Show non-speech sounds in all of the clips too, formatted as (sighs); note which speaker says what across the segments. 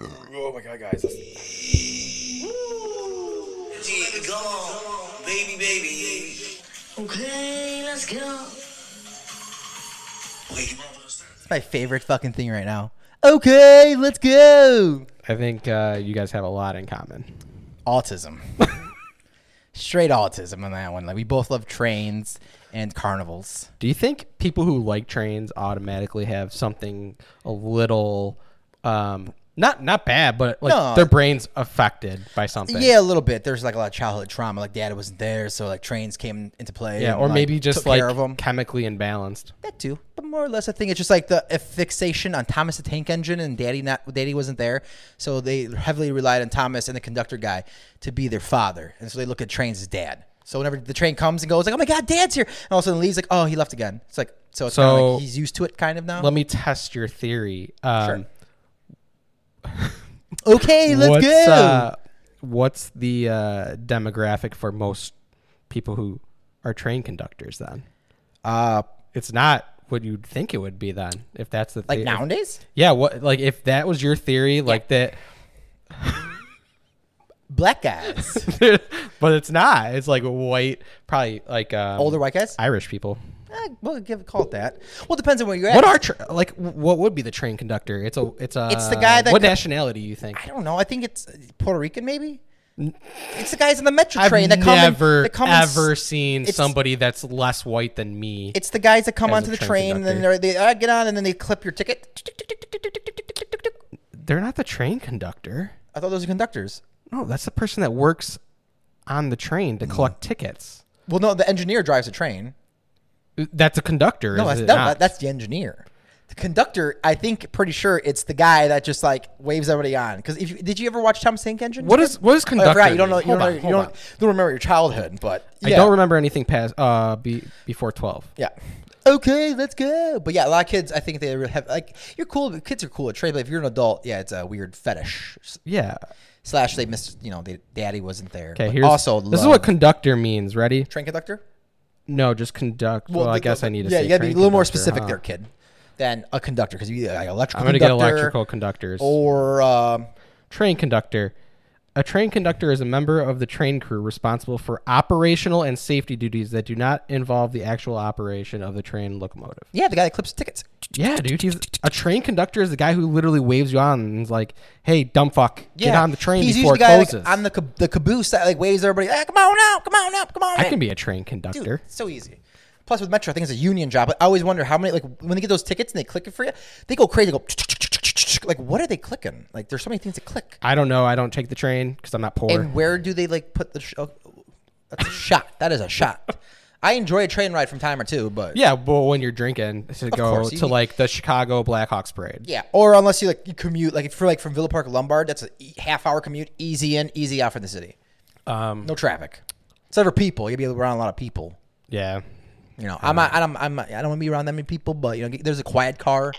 Speaker 1: Oh my god, guys. That's,
Speaker 2: Go on, baby, baby.
Speaker 3: Okay, let's go.
Speaker 2: Wake up.
Speaker 4: It's my favorite fucking thing right now. Okay, let's go.
Speaker 5: I think uh, you guys have a lot in common. (laughs)
Speaker 4: Autism. Straight autism on that one. Like we both love trains and carnivals.
Speaker 5: Do you think people who like trains automatically have something a little, um, not not bad, but like
Speaker 4: No.
Speaker 5: their brains affected by something?
Speaker 4: Yeah, a little bit. There's like a lot of childhood trauma. Like dad wasn't there, so like trains came into play.
Speaker 5: yeah,
Speaker 4: and,
Speaker 5: or
Speaker 4: like,
Speaker 5: maybe just
Speaker 4: took
Speaker 5: like
Speaker 4: care of 'em.
Speaker 5: chemically imbalanced.
Speaker 4: That too, but more or less, I think it's just like the a fixation on Thomas the Tank Engine and Daddy not Daddy wasn't there, so they heavily relied on Thomas and the conductor guy to be their father, and so they look at trains as dad. So whenever the train comes and goes, like oh my god, dad's here, and all of a sudden leaves, like oh he left again. It's like so it's kinda
Speaker 5: So-
Speaker 4: like he's used to it kind of now.
Speaker 5: Let me test your theory. Um,
Speaker 4: okay, let's
Speaker 5: what's,
Speaker 4: go.
Speaker 5: Uh, what's the uh, demographic for most people who are train conductors? Then
Speaker 4: Uh,
Speaker 5: it's not what you'd think it would be. Then if that's the
Speaker 4: like
Speaker 5: thea-
Speaker 4: nowadays,
Speaker 5: yeah. What like if that was your theory, like that.
Speaker 4: black guys,
Speaker 5: (laughs) but it's not. It's like white, probably like um,
Speaker 4: older white guys.
Speaker 5: Irish people.
Speaker 4: Eh, we'll give call it that. Well, it depends on where you're at.
Speaker 5: What are tra- like? What would be the train conductor? It's a. It's a.
Speaker 4: It's the guy that
Speaker 5: What
Speaker 4: co-
Speaker 5: nationality do you think?
Speaker 4: I don't know. I think it's uh, Puerto Rican, maybe. It's the guys on the metro train
Speaker 5: I've
Speaker 4: that come. and-
Speaker 5: never
Speaker 4: that come and s-
Speaker 5: ever seen
Speaker 4: it's-
Speaker 5: somebody that's less white than me.
Speaker 4: It's (laughs) the guys that come
Speaker 5: As
Speaker 4: onto
Speaker 5: a
Speaker 4: the
Speaker 5: train
Speaker 4: train, and then
Speaker 5: conductor.
Speaker 4: they're- they uh, get on, and then they clip your ticket.
Speaker 5: They're not the train conductor.
Speaker 4: I thought those were conductors.
Speaker 5: No, that's the person that works on the train
Speaker 4: Mm.
Speaker 5: to collect tickets. Uh,
Speaker 4: Well, no, the engineer drives the train.
Speaker 5: That's a conductor.
Speaker 4: No,
Speaker 5: is
Speaker 4: that's,
Speaker 5: it
Speaker 4: no
Speaker 5: not?
Speaker 4: that, that's the engineer. The conductor, I think, pretty sure it's the guy that just like waves everybody on. Because if you, did you ever watch Thomas Tank Engine?
Speaker 5: What is- what is
Speaker 4: Oh, I forgot.
Speaker 5: conductor
Speaker 4: You don't know. You
Speaker 5: mean?
Speaker 4: don't, know,
Speaker 5: Hold
Speaker 4: you
Speaker 5: on,
Speaker 4: don't,
Speaker 5: hold on.
Speaker 4: don't remember your childhood, but
Speaker 5: I
Speaker 4: yeah.
Speaker 5: don't remember anything past uh be, before twelve.
Speaker 4: Yeah. Okay, let's go. But yeah, a lot of kids, I think they really have like you're cool. Kids are cool at trade, but if you're an adult, yeah, it's a weird fetish. S-
Speaker 5: Yeah.
Speaker 4: Slash, they missed. You know, they, daddy wasn't there.
Speaker 5: Okay.
Speaker 4: But
Speaker 5: Here's
Speaker 4: also
Speaker 5: this is what
Speaker 4: love-
Speaker 5: conductor means. Ready?
Speaker 4: train conductor.
Speaker 5: No, just conduct. Well, I
Speaker 4: the-
Speaker 5: guess
Speaker 4: the-
Speaker 5: I need to.
Speaker 4: Yeah,
Speaker 5: say
Speaker 4: you gotta be a
Speaker 5: train
Speaker 4: little more
Speaker 5: conductor,
Speaker 4: specific
Speaker 5: huh?
Speaker 4: there, kid, than a conductor because you either like electrical.
Speaker 5: I'm gonna get
Speaker 4: conductor
Speaker 5: electrical conductors.
Speaker 4: or um,
Speaker 5: Train conductor. A train conductor is a member of the train crew responsible for operational and safety duties that do not involve the actual operation of the train locomotive.
Speaker 4: yeah, the guy that clips tickets.
Speaker 5: Yeah, dude. He's a train conductor is the guy who literally waves you on and is like, "Hey, dumb fuck,
Speaker 4: Yeah,
Speaker 5: get on the train
Speaker 4: he's
Speaker 5: before
Speaker 4: usually
Speaker 5: it
Speaker 4: the guy like,
Speaker 5: closes."
Speaker 4: on the cab- the caboose that like waves everybody. Ah, come on out, come on out, come on.
Speaker 5: I
Speaker 4: out."
Speaker 5: can be a train conductor.
Speaker 4: Dude, it's so easy. Plus with Metro, I think it's a union job. But I always wonder how many like when they get those tickets and they click it for you, they go crazy. They go like, what are they clicking? Like, there's so many things to click.
Speaker 5: I don't know. I don't take the train because I'm not poor.
Speaker 4: And where do they like put the? Sh- oh, that's a shot. That is a shot. I enjoy a train ride from time or two, but
Speaker 5: yeah, well, when you're drinking, to go
Speaker 4: course,
Speaker 5: to
Speaker 4: you-
Speaker 5: like the Chicago Blackhawks parade.
Speaker 4: Yeah, or unless you like you commute, like if you're like from Villa Park to Lombard, that's a e- half hour commute, easy in, easy out from the city. Um, no traffic. Except for people, you'll be around a lot of people.
Speaker 5: yeah.
Speaker 4: You know,
Speaker 5: Uh-huh.
Speaker 4: I'm not, I'm, I'm, I don't want to be around that many people, but you know, get- there's a quiet car.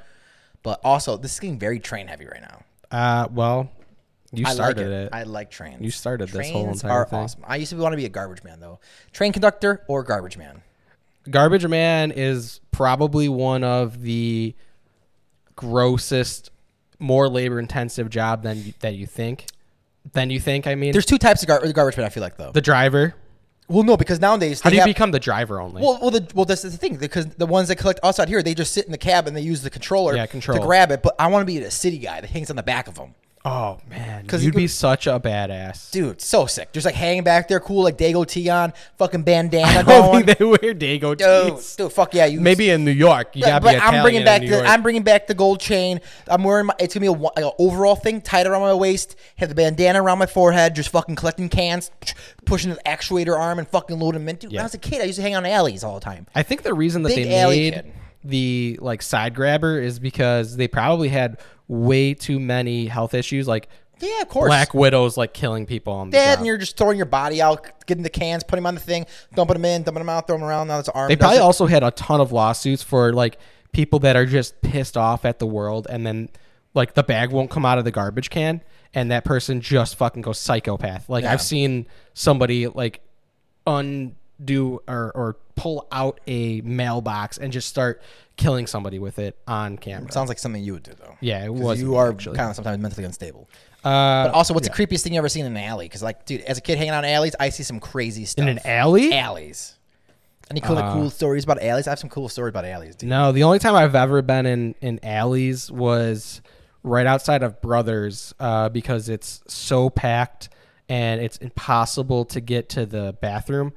Speaker 4: But also, this is getting very train heavy right now.
Speaker 5: Uh, well, you
Speaker 4: I like
Speaker 5: started
Speaker 4: it.
Speaker 5: it.
Speaker 4: I like trains.
Speaker 5: You started this whole
Speaker 4: Trains
Speaker 5: entire
Speaker 4: are
Speaker 5: thing.
Speaker 4: awesome. I used to want to be a garbage man though, train conductor or garbage man.
Speaker 5: Garbage Man is probably one of the grossest, more labor intensive job than you, that you think. Than you think. I mean,
Speaker 4: There's two types of gar- garbage man. I feel like though.
Speaker 5: the driver.
Speaker 4: well, no, because nowadays
Speaker 5: How
Speaker 4: they
Speaker 5: do you
Speaker 4: have-
Speaker 5: become the driver only?
Speaker 4: Well, well, the, well, that's the thing because the ones that collect us out here, they just sit in the cab and they use the controller
Speaker 5: Yeah, control.
Speaker 4: to grab it. But I want to be the city guy that hangs on the back of them,
Speaker 5: oh man,
Speaker 4: 'Cause
Speaker 5: you'd
Speaker 4: you-
Speaker 5: be such a badass. (laughs)
Speaker 4: dude. So sick, just like hanging back there, cool, like Dago T on, fucking bandana
Speaker 5: (laughs) I don't
Speaker 4: going.
Speaker 5: think they wear Dago
Speaker 4: dude,
Speaker 5: tees.
Speaker 4: dude, fuck yeah, you.
Speaker 5: Maybe in New York, you
Speaker 4: Yeah,
Speaker 5: gotta be
Speaker 4: but
Speaker 5: Italian
Speaker 4: I'm bringing
Speaker 5: in
Speaker 4: back
Speaker 5: New
Speaker 4: the
Speaker 5: York.
Speaker 4: I'm bringing back the gold chain. I'm wearing my. It's gonna be a, wa- like a overall thing, tied around my waist. Have the bandana around my forehead, just fucking collecting cans, pushing the actuator arm and fucking loading them in. Dude, when I
Speaker 5: Yeah.
Speaker 4: was a kid, I used to hang on alleys all the time.
Speaker 5: I think the reason that
Speaker 4: Big
Speaker 5: they
Speaker 4: alley
Speaker 5: made
Speaker 4: kid.
Speaker 5: the like side grabber is because they probably had way too many health issues, like
Speaker 4: Yeah, of course.
Speaker 5: Black Widows, like killing people on the
Speaker 4: that,
Speaker 5: job.
Speaker 4: and you're just throwing your body out, getting the cans, putting them on the thing, dumping them in, dumping them out, throwing them around. Now it's arm.
Speaker 5: They
Speaker 4: does
Speaker 5: probably
Speaker 4: it.
Speaker 5: also had a ton of lawsuits for like people that are just pissed off at the world, and then like the bag won't come out of the garbage can, and that person just fucking goes psychopath. Like I've seen somebody like undo or or pull out a mailbox and just start killing somebody with it on camera.
Speaker 4: Sounds like something you would do though.
Speaker 5: Yeah, it
Speaker 4: 'Cause
Speaker 5: was
Speaker 4: You
Speaker 5: me,
Speaker 4: are
Speaker 5: actually.
Speaker 4: kind of sometimes mentally unstable.
Speaker 5: Uh,
Speaker 4: But also, what's the creepiest thing you ever seen in an alley? Because like, dude, as a kid hanging out in alleys, I see some crazy stuff.
Speaker 5: in an alley? Uh,
Speaker 4: Alleys. Any cool, like, cool stories about alleys? I have some cool stories about alleys, dude.
Speaker 5: No, the only time I've ever been in in alleys was right outside of Brothers uh, because it's so packed and it's impossible to get to the bathroom.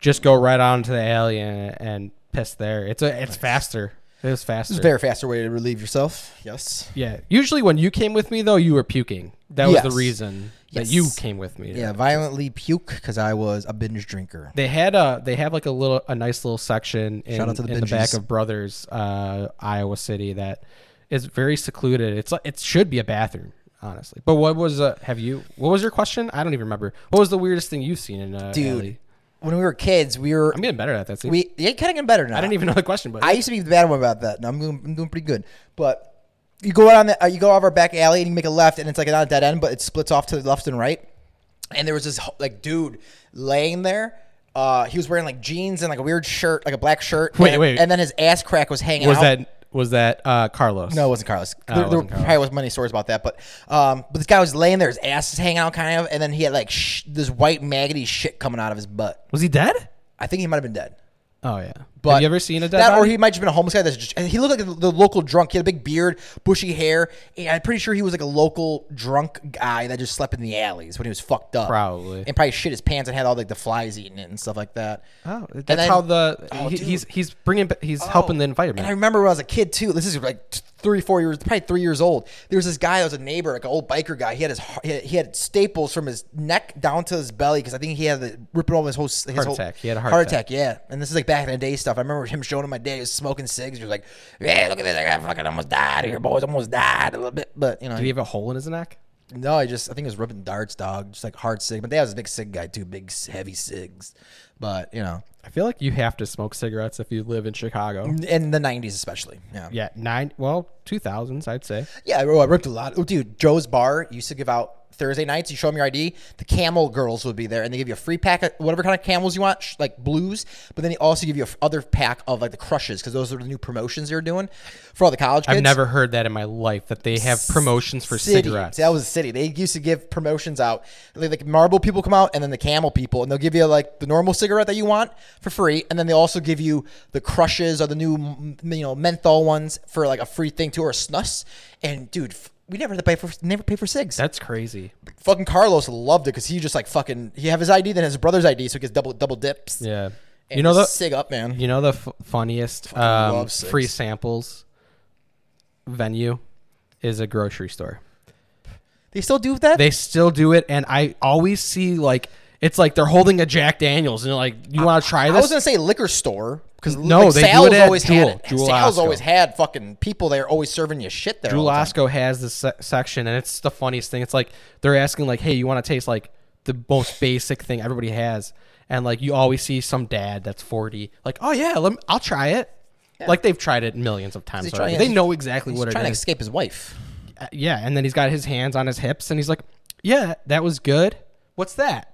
Speaker 5: Just go right on to the alley and, and piss there. It's a it's faster. It was faster.
Speaker 4: It's a very faster way to relieve yourself. Yes.
Speaker 5: yeah. Usually when you came with me though, you were puking. That was
Speaker 4: Yes.
Speaker 5: the reason
Speaker 4: Yes.
Speaker 5: that you came with me.
Speaker 4: Yeah, violently puke because I was a binge drinker.
Speaker 5: They had a they have like a little a nice little section in,
Speaker 4: Shout out to the
Speaker 5: in the back
Speaker 4: Benjis.
Speaker 5: of Brothers, uh, Iowa City that is very secluded. It's like it should be a bathroom, honestly. But what was uh, have you? What was your question? I don't even remember. What was the weirdest thing you've seen in a
Speaker 4: Dude,
Speaker 5: alley?
Speaker 4: when we were kids, we were
Speaker 5: I'm getting better at that. See?
Speaker 4: we yeah, kind of getting better now.
Speaker 5: I didn't even know the question, but
Speaker 4: I used to be the bad one about that. and I'm doing, I'm doing pretty good. But you go out on the, uh, you go out of our back alley and you make a left, and it's like not a dead end, but it splits off to the left and right. And there was this ho- like dude laying there. Uh, he was wearing like jeans and like a weird shirt, like a black shirt.
Speaker 5: Wait,
Speaker 4: and,
Speaker 5: wait.
Speaker 4: And then his ass crack was hanging
Speaker 5: was
Speaker 4: out.
Speaker 5: that was that uh, Carlos?
Speaker 4: No, it wasn't Carlos. there there
Speaker 5: wasn't
Speaker 4: probably was many stories about that, but um, but this guy was laying there, his ass is hanging out, kind of, and then he had like sh- this white maggoty shit coming out of his butt.
Speaker 5: was he dead?
Speaker 4: I think he might have been dead.
Speaker 5: Oh yeah.
Speaker 4: But
Speaker 5: have you ever seen a dead?
Speaker 4: that, or
Speaker 5: body?
Speaker 4: he might just been a homeless guy. That's just, and he looked like the, the local drunk. He had a big beard, bushy hair. And I'm pretty sure he was like a local drunk guy that just slept in the alleys when he was fucked up,
Speaker 5: Probably.
Speaker 4: and probably shit his pants and had all like the flies eating it and stuff like that.
Speaker 5: Oh, that's
Speaker 4: then-
Speaker 5: how the
Speaker 4: Oh,
Speaker 5: he,
Speaker 4: dude. Oh.
Speaker 5: he's he's bringing ba- he's helping the environment.
Speaker 4: And I remember when I was a kid too. This is like t- three, four years, probably three years old. There was this guy that was a neighbor, like an old biker guy. He had his har- he had, he had staples from his neck down to his belly because I think he had the ripping off his whole s- his
Speaker 5: Heart
Speaker 4: whole-
Speaker 5: attack. He had a heart
Speaker 4: attack. Yeah, and this is like back in the day stuff. I remember him showing him my dad. He was smoking cigs. He was like, "Yeah, look at this. I got fucking almost died here, boys. Almost died a little bit." But you know,
Speaker 5: Did he have a hole in his neck?
Speaker 4: no, I just I think it was ripping darts, dog. Just like hard cig. My dad was a big cig guy too, big s- heavy cigs. But you know,
Speaker 5: I feel like you have to smoke cigarettes if you live in Chicago.
Speaker 4: in the '90s especially. Yeah.
Speaker 5: Yeah, nine, well, 2000s, I'd say.
Speaker 4: Yeah, I- oh, I ripped a lot. Oh, dude, Joe's Bar used to give out Thursday nights. You show them your ID, the Camel girls would be there, and they give you a free pack of whatever kind of Camels you want, sh- like blues. But then they also give you a f- other pack of like the crushes because those are the new promotions they're doing for all the college kids.
Speaker 5: I've never heard that in my life that they have promotions for
Speaker 4: City.
Speaker 5: cigarettes.
Speaker 4: That was a city. They used to give promotions out. Like, like marble people come out, and then the camel people, and they'll give you like the normal cigarette that you want for free, and then they also give you the crushes or the new m- you know menthol ones for like a free thing too, or snus. And dude, f- we never had to pay for never pay for cigs.
Speaker 5: That's crazy.
Speaker 4: fucking Carlos loved it because he just like fucking he have his ID then his brother's ID, so he gets double double dips.
Speaker 5: Yeah.
Speaker 4: And
Speaker 5: you know the
Speaker 4: sig up man.
Speaker 5: you know the f- funniest
Speaker 4: love
Speaker 5: um,
Speaker 4: cigs.
Speaker 5: free samples venue is a grocery store.
Speaker 4: They still do that.
Speaker 5: They still do it and I always see like it's like they're holding a Jack Daniels and they're like, "You want to try
Speaker 4: I
Speaker 5: this?"
Speaker 4: was gonna say liquor store because
Speaker 5: No, they do it
Speaker 4: Sal's
Speaker 5: at
Speaker 4: always had
Speaker 5: Jewel-
Speaker 4: it.
Speaker 5: Jewel
Speaker 4: Sal's
Speaker 5: Osco.
Speaker 4: always had fucking people there always serving you shit there.
Speaker 5: Drew
Speaker 4: all the time.
Speaker 5: Lasco has this se- section, and it's the funniest thing. It's like they're asking, like, "Hey, you want to taste like the most basic thing everybody has?" And like you always see some dad that's forty, like, "Oh yeah, let me, I'll try it." Like they've tried it millions of times.
Speaker 4: He's
Speaker 5: already.
Speaker 4: trying-
Speaker 5: They know exactly
Speaker 4: He's
Speaker 5: what it
Speaker 4: trying to
Speaker 5: is.
Speaker 4: escape his wife.
Speaker 5: Uh, yeah, and then he's got his hands on his hips, and he's like, "Yeah, that was good.
Speaker 4: (laughs)
Speaker 5: What's that?"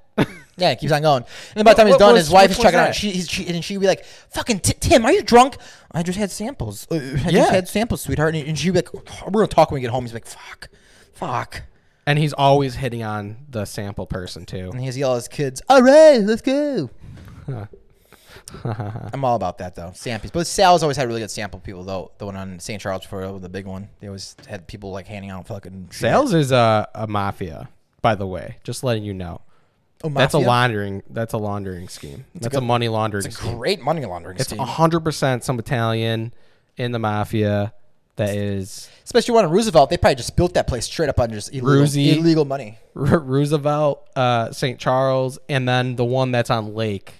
Speaker 4: Yeah, it keeps on going. And by the time he's
Speaker 5: What
Speaker 4: done,
Speaker 5: was-
Speaker 4: his wife is
Speaker 5: which was
Speaker 4: checking out.
Speaker 5: that?
Speaker 4: She, he's, she and she'd be like, "Fucking Ti- Tim, are you drunk? I just had samples. Uh, I just
Speaker 5: Yeah.
Speaker 4: had samples, sweetheart." And, and she'd be like, "We're gonna talk when we get home." He's like, "Fuck, fuck."
Speaker 5: and he's always hitting on the sample person too.
Speaker 4: And he's yelling at his kids, "All right, let's go."
Speaker 5: (laughs)
Speaker 4: I'm all about that though, samples. But Sal's always had really good sample people though. The one on St. Charles before the big one, they always had people like handing out fucking shit.
Speaker 5: Sales is a, a mafia, by the way. Just letting you know.
Speaker 4: Oh,
Speaker 5: That's a
Speaker 4: mafia?
Speaker 5: laundering. That's a laundering scheme. that's a money laundering
Speaker 4: It's a
Speaker 5: scheme.
Speaker 4: great money laundering
Speaker 5: It's
Speaker 4: scheme.
Speaker 5: hundred percent some Italian in the mafia that is
Speaker 4: Especially one in Roosevelt, they probably just built that place straight up on just illegal,
Speaker 5: Rosie.
Speaker 4: illegal money.
Speaker 5: R- Roosevelt, uh, St. Charles, and then the one that's on Lake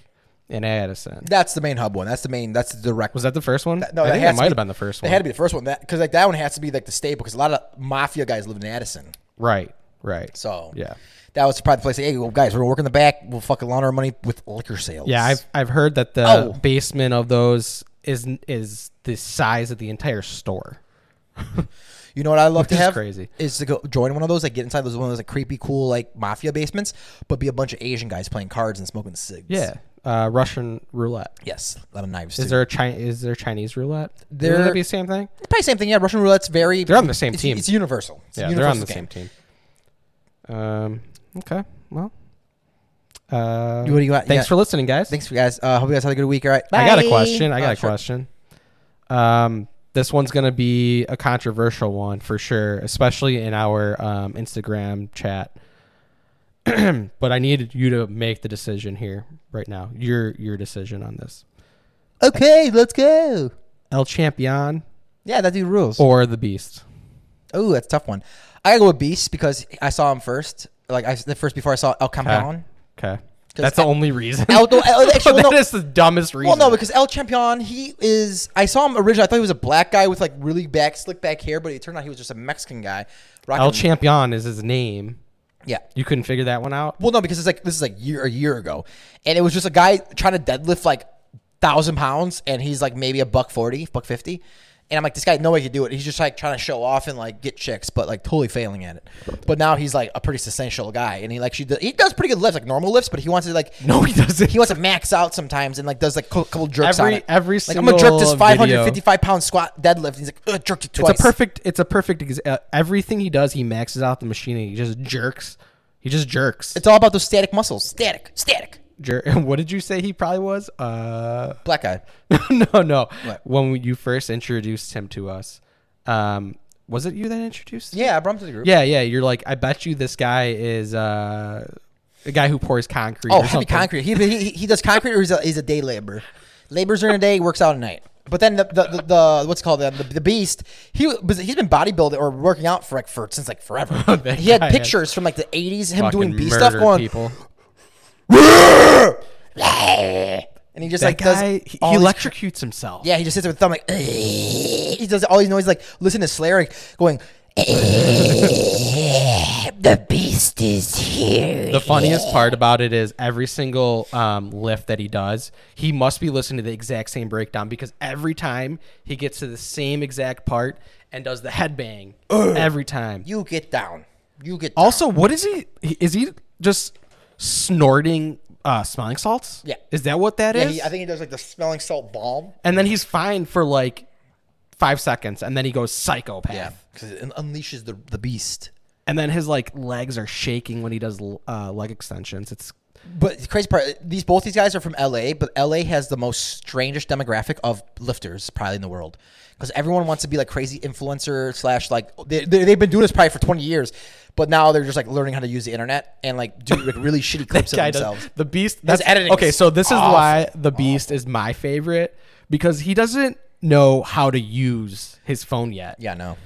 Speaker 5: in Addison.
Speaker 4: That's the main hub one. That's the main. That's the direct.
Speaker 5: Was that the first one?
Speaker 4: no,
Speaker 5: I
Speaker 4: that has
Speaker 5: think it
Speaker 4: to
Speaker 5: might
Speaker 4: be-
Speaker 5: have been the first
Speaker 4: It
Speaker 5: one.
Speaker 4: had to be the first one. That because like that one has to be like the staple because a lot of mafia guys live in Addison.
Speaker 5: right, right.
Speaker 4: So
Speaker 5: Yeah.
Speaker 4: that was probably the place. Hey, well, guys, we're gonna work in the back. We'll fucking launder our money with liquor sales.
Speaker 5: yeah, I've I've heard that the
Speaker 4: Oh.
Speaker 5: basement of those is is the size of the entire store.
Speaker 4: You know what I love to
Speaker 5: is
Speaker 4: have
Speaker 5: crazy.
Speaker 4: is to go join one of those, like get inside those one of those like creepy, cool like mafia basements, but be a bunch of Asian guys playing cards and smoking cigs.
Speaker 5: Yeah, uh, Russian roulette.
Speaker 4: Yes, a lot of knives.
Speaker 5: Is
Speaker 4: too.
Speaker 5: there a Chi- is there Chinese roulette?
Speaker 4: There-
Speaker 5: Would that be the same thing?
Speaker 4: Probably same thing. Yeah, Russian roulette's very.
Speaker 5: They're on the same
Speaker 4: it's,
Speaker 5: team.
Speaker 4: It's universal. It's a
Speaker 5: yeah, they're on
Speaker 4: universal
Speaker 5: the
Speaker 4: game.
Speaker 5: same team. Um. Okay. Well. Uh,
Speaker 4: What do you want-
Speaker 5: Thanks
Speaker 4: yeah.
Speaker 5: for listening, guys.
Speaker 4: Thanks, you guys. Uh, hope you guys had a good week. All right.
Speaker 5: I got a
Speaker 4: Bye.
Speaker 5: question. I got
Speaker 4: Oh,
Speaker 5: a
Speaker 4: sure.
Speaker 5: question. Um, this one's gonna be a controversial one for sure, especially in our um, Instagram chat. (clears throat) but I need you to make the decision here right now. Your your decision on this.
Speaker 4: Okay, let's go.
Speaker 5: El Champion
Speaker 4: Yeah, that dude rules.
Speaker 5: or the Beast?
Speaker 4: Oh, that's a tough one. I gotta go with Beast because I saw him first. Like I the first before I saw El
Speaker 5: (laughs)
Speaker 4: Campeon.
Speaker 5: Okay. That's the
Speaker 4: El-
Speaker 5: only reason.
Speaker 4: El, no, El- actually, well,
Speaker 5: (laughs) Oh, that
Speaker 4: no.
Speaker 5: is the dumbest reason.
Speaker 4: Well, no, because El Champion, he is. I saw him originally. I thought he was a black guy with like really back, slick back hair, but it turned out he was just a Mexican guy. Rocking,
Speaker 5: (laughs) El Champion is his name.
Speaker 4: Yeah.
Speaker 5: You couldn't figure that one out.
Speaker 4: Well, no, because it's like this is like year a year ago, and it was just a guy trying to deadlift like thousand pounds, and he's like maybe a buck forty, buck fifty, and I'm like, this guy no way could do it. He's just like trying to show off and like get chicks, but like totally failing at it. But now he's like a pretty substantial guy, and he like she does, he does pretty good lifts, like normal lifts, but he wants to like
Speaker 5: No, he doesn't.
Speaker 4: he wants to max out sometimes and like does like a couple jerks on
Speaker 5: Every-
Speaker 4: it.
Speaker 5: every
Speaker 4: like I'm gonna jerk this
Speaker 5: single
Speaker 4: 555 pound squat deadlift. And he's like Ugh, jerked it twice.
Speaker 5: It's a perfect. It's a perfect. ex- Uh, everything he does, he maxes out the machine. And he just jerks. He just jerks.
Speaker 4: It's all about those static muscles. Static, static.
Speaker 5: Jer- (laughs) what did you say he probably was? Uh, (laughs)
Speaker 4: Black guy.
Speaker 5: no, no. When we, you first introduced him to us, um, was it you that introduced?
Speaker 4: Yeah, I brought him to the group.
Speaker 5: Yeah, yeah. You're like, I bet you this guy is uh, a guy who pours concrete.
Speaker 4: Oh,
Speaker 5: or
Speaker 4: heavy
Speaker 5: something."
Speaker 4: concrete. He, he, he does concrete, or he's a, he's a day laborer. Labors during the day, works out at night. But then the the, the, the what's it called the, the, the beast. He was he's been bodybuilding or working out for like for since like forever.
Speaker 5: (laughs) That
Speaker 4: he had
Speaker 5: guy is
Speaker 4: pictures from like the eighties him
Speaker 5: Fucking
Speaker 4: doing beast stuff
Speaker 5: murdered
Speaker 4: going,
Speaker 5: People.
Speaker 4: and he just
Speaker 5: That
Speaker 4: like
Speaker 5: guy,
Speaker 4: does
Speaker 5: he, he
Speaker 4: all these
Speaker 5: electrocutes himself.
Speaker 4: Yeah, he just sits there with thumb like (laughs) he does all these noises like listen to Slayer like, going The beast is here.
Speaker 5: The funniest part about it is every single um, lift that he does, he must be listening to the exact same breakdown because every time he gets to the same exact part and does the headbang every time.
Speaker 4: You get down. You get down.
Speaker 5: also, what is he? he- Is he just snorting uh, smelling salts?
Speaker 4: Yeah.
Speaker 5: Is that what that is?
Speaker 4: Yeah, he, I think he does like the smelling salt balm.
Speaker 5: and then he's fine for like five seconds and then he goes psychopath.
Speaker 4: Yeah, because it un- unleashes the the beast.
Speaker 5: And then his like legs are shaking when he does uh, leg extensions. It's
Speaker 4: But the crazy part, these both these guys are from LA, but LA has the most strangest demographic of lifters probably in the world, because everyone wants to be like crazy influencer slash like they, they have been doing this probably for twenty years, but now they're just like learning how to use the internet and like do like
Speaker 5: (laughs)
Speaker 4: really shitty clips of
Speaker 5: guy does-
Speaker 4: themselves.
Speaker 5: the beast. That's
Speaker 4: editing
Speaker 5: Okay,
Speaker 4: is
Speaker 5: so this is why the beast is my favorite because he doesn't know how to use his phone yet.
Speaker 4: Yeah, no.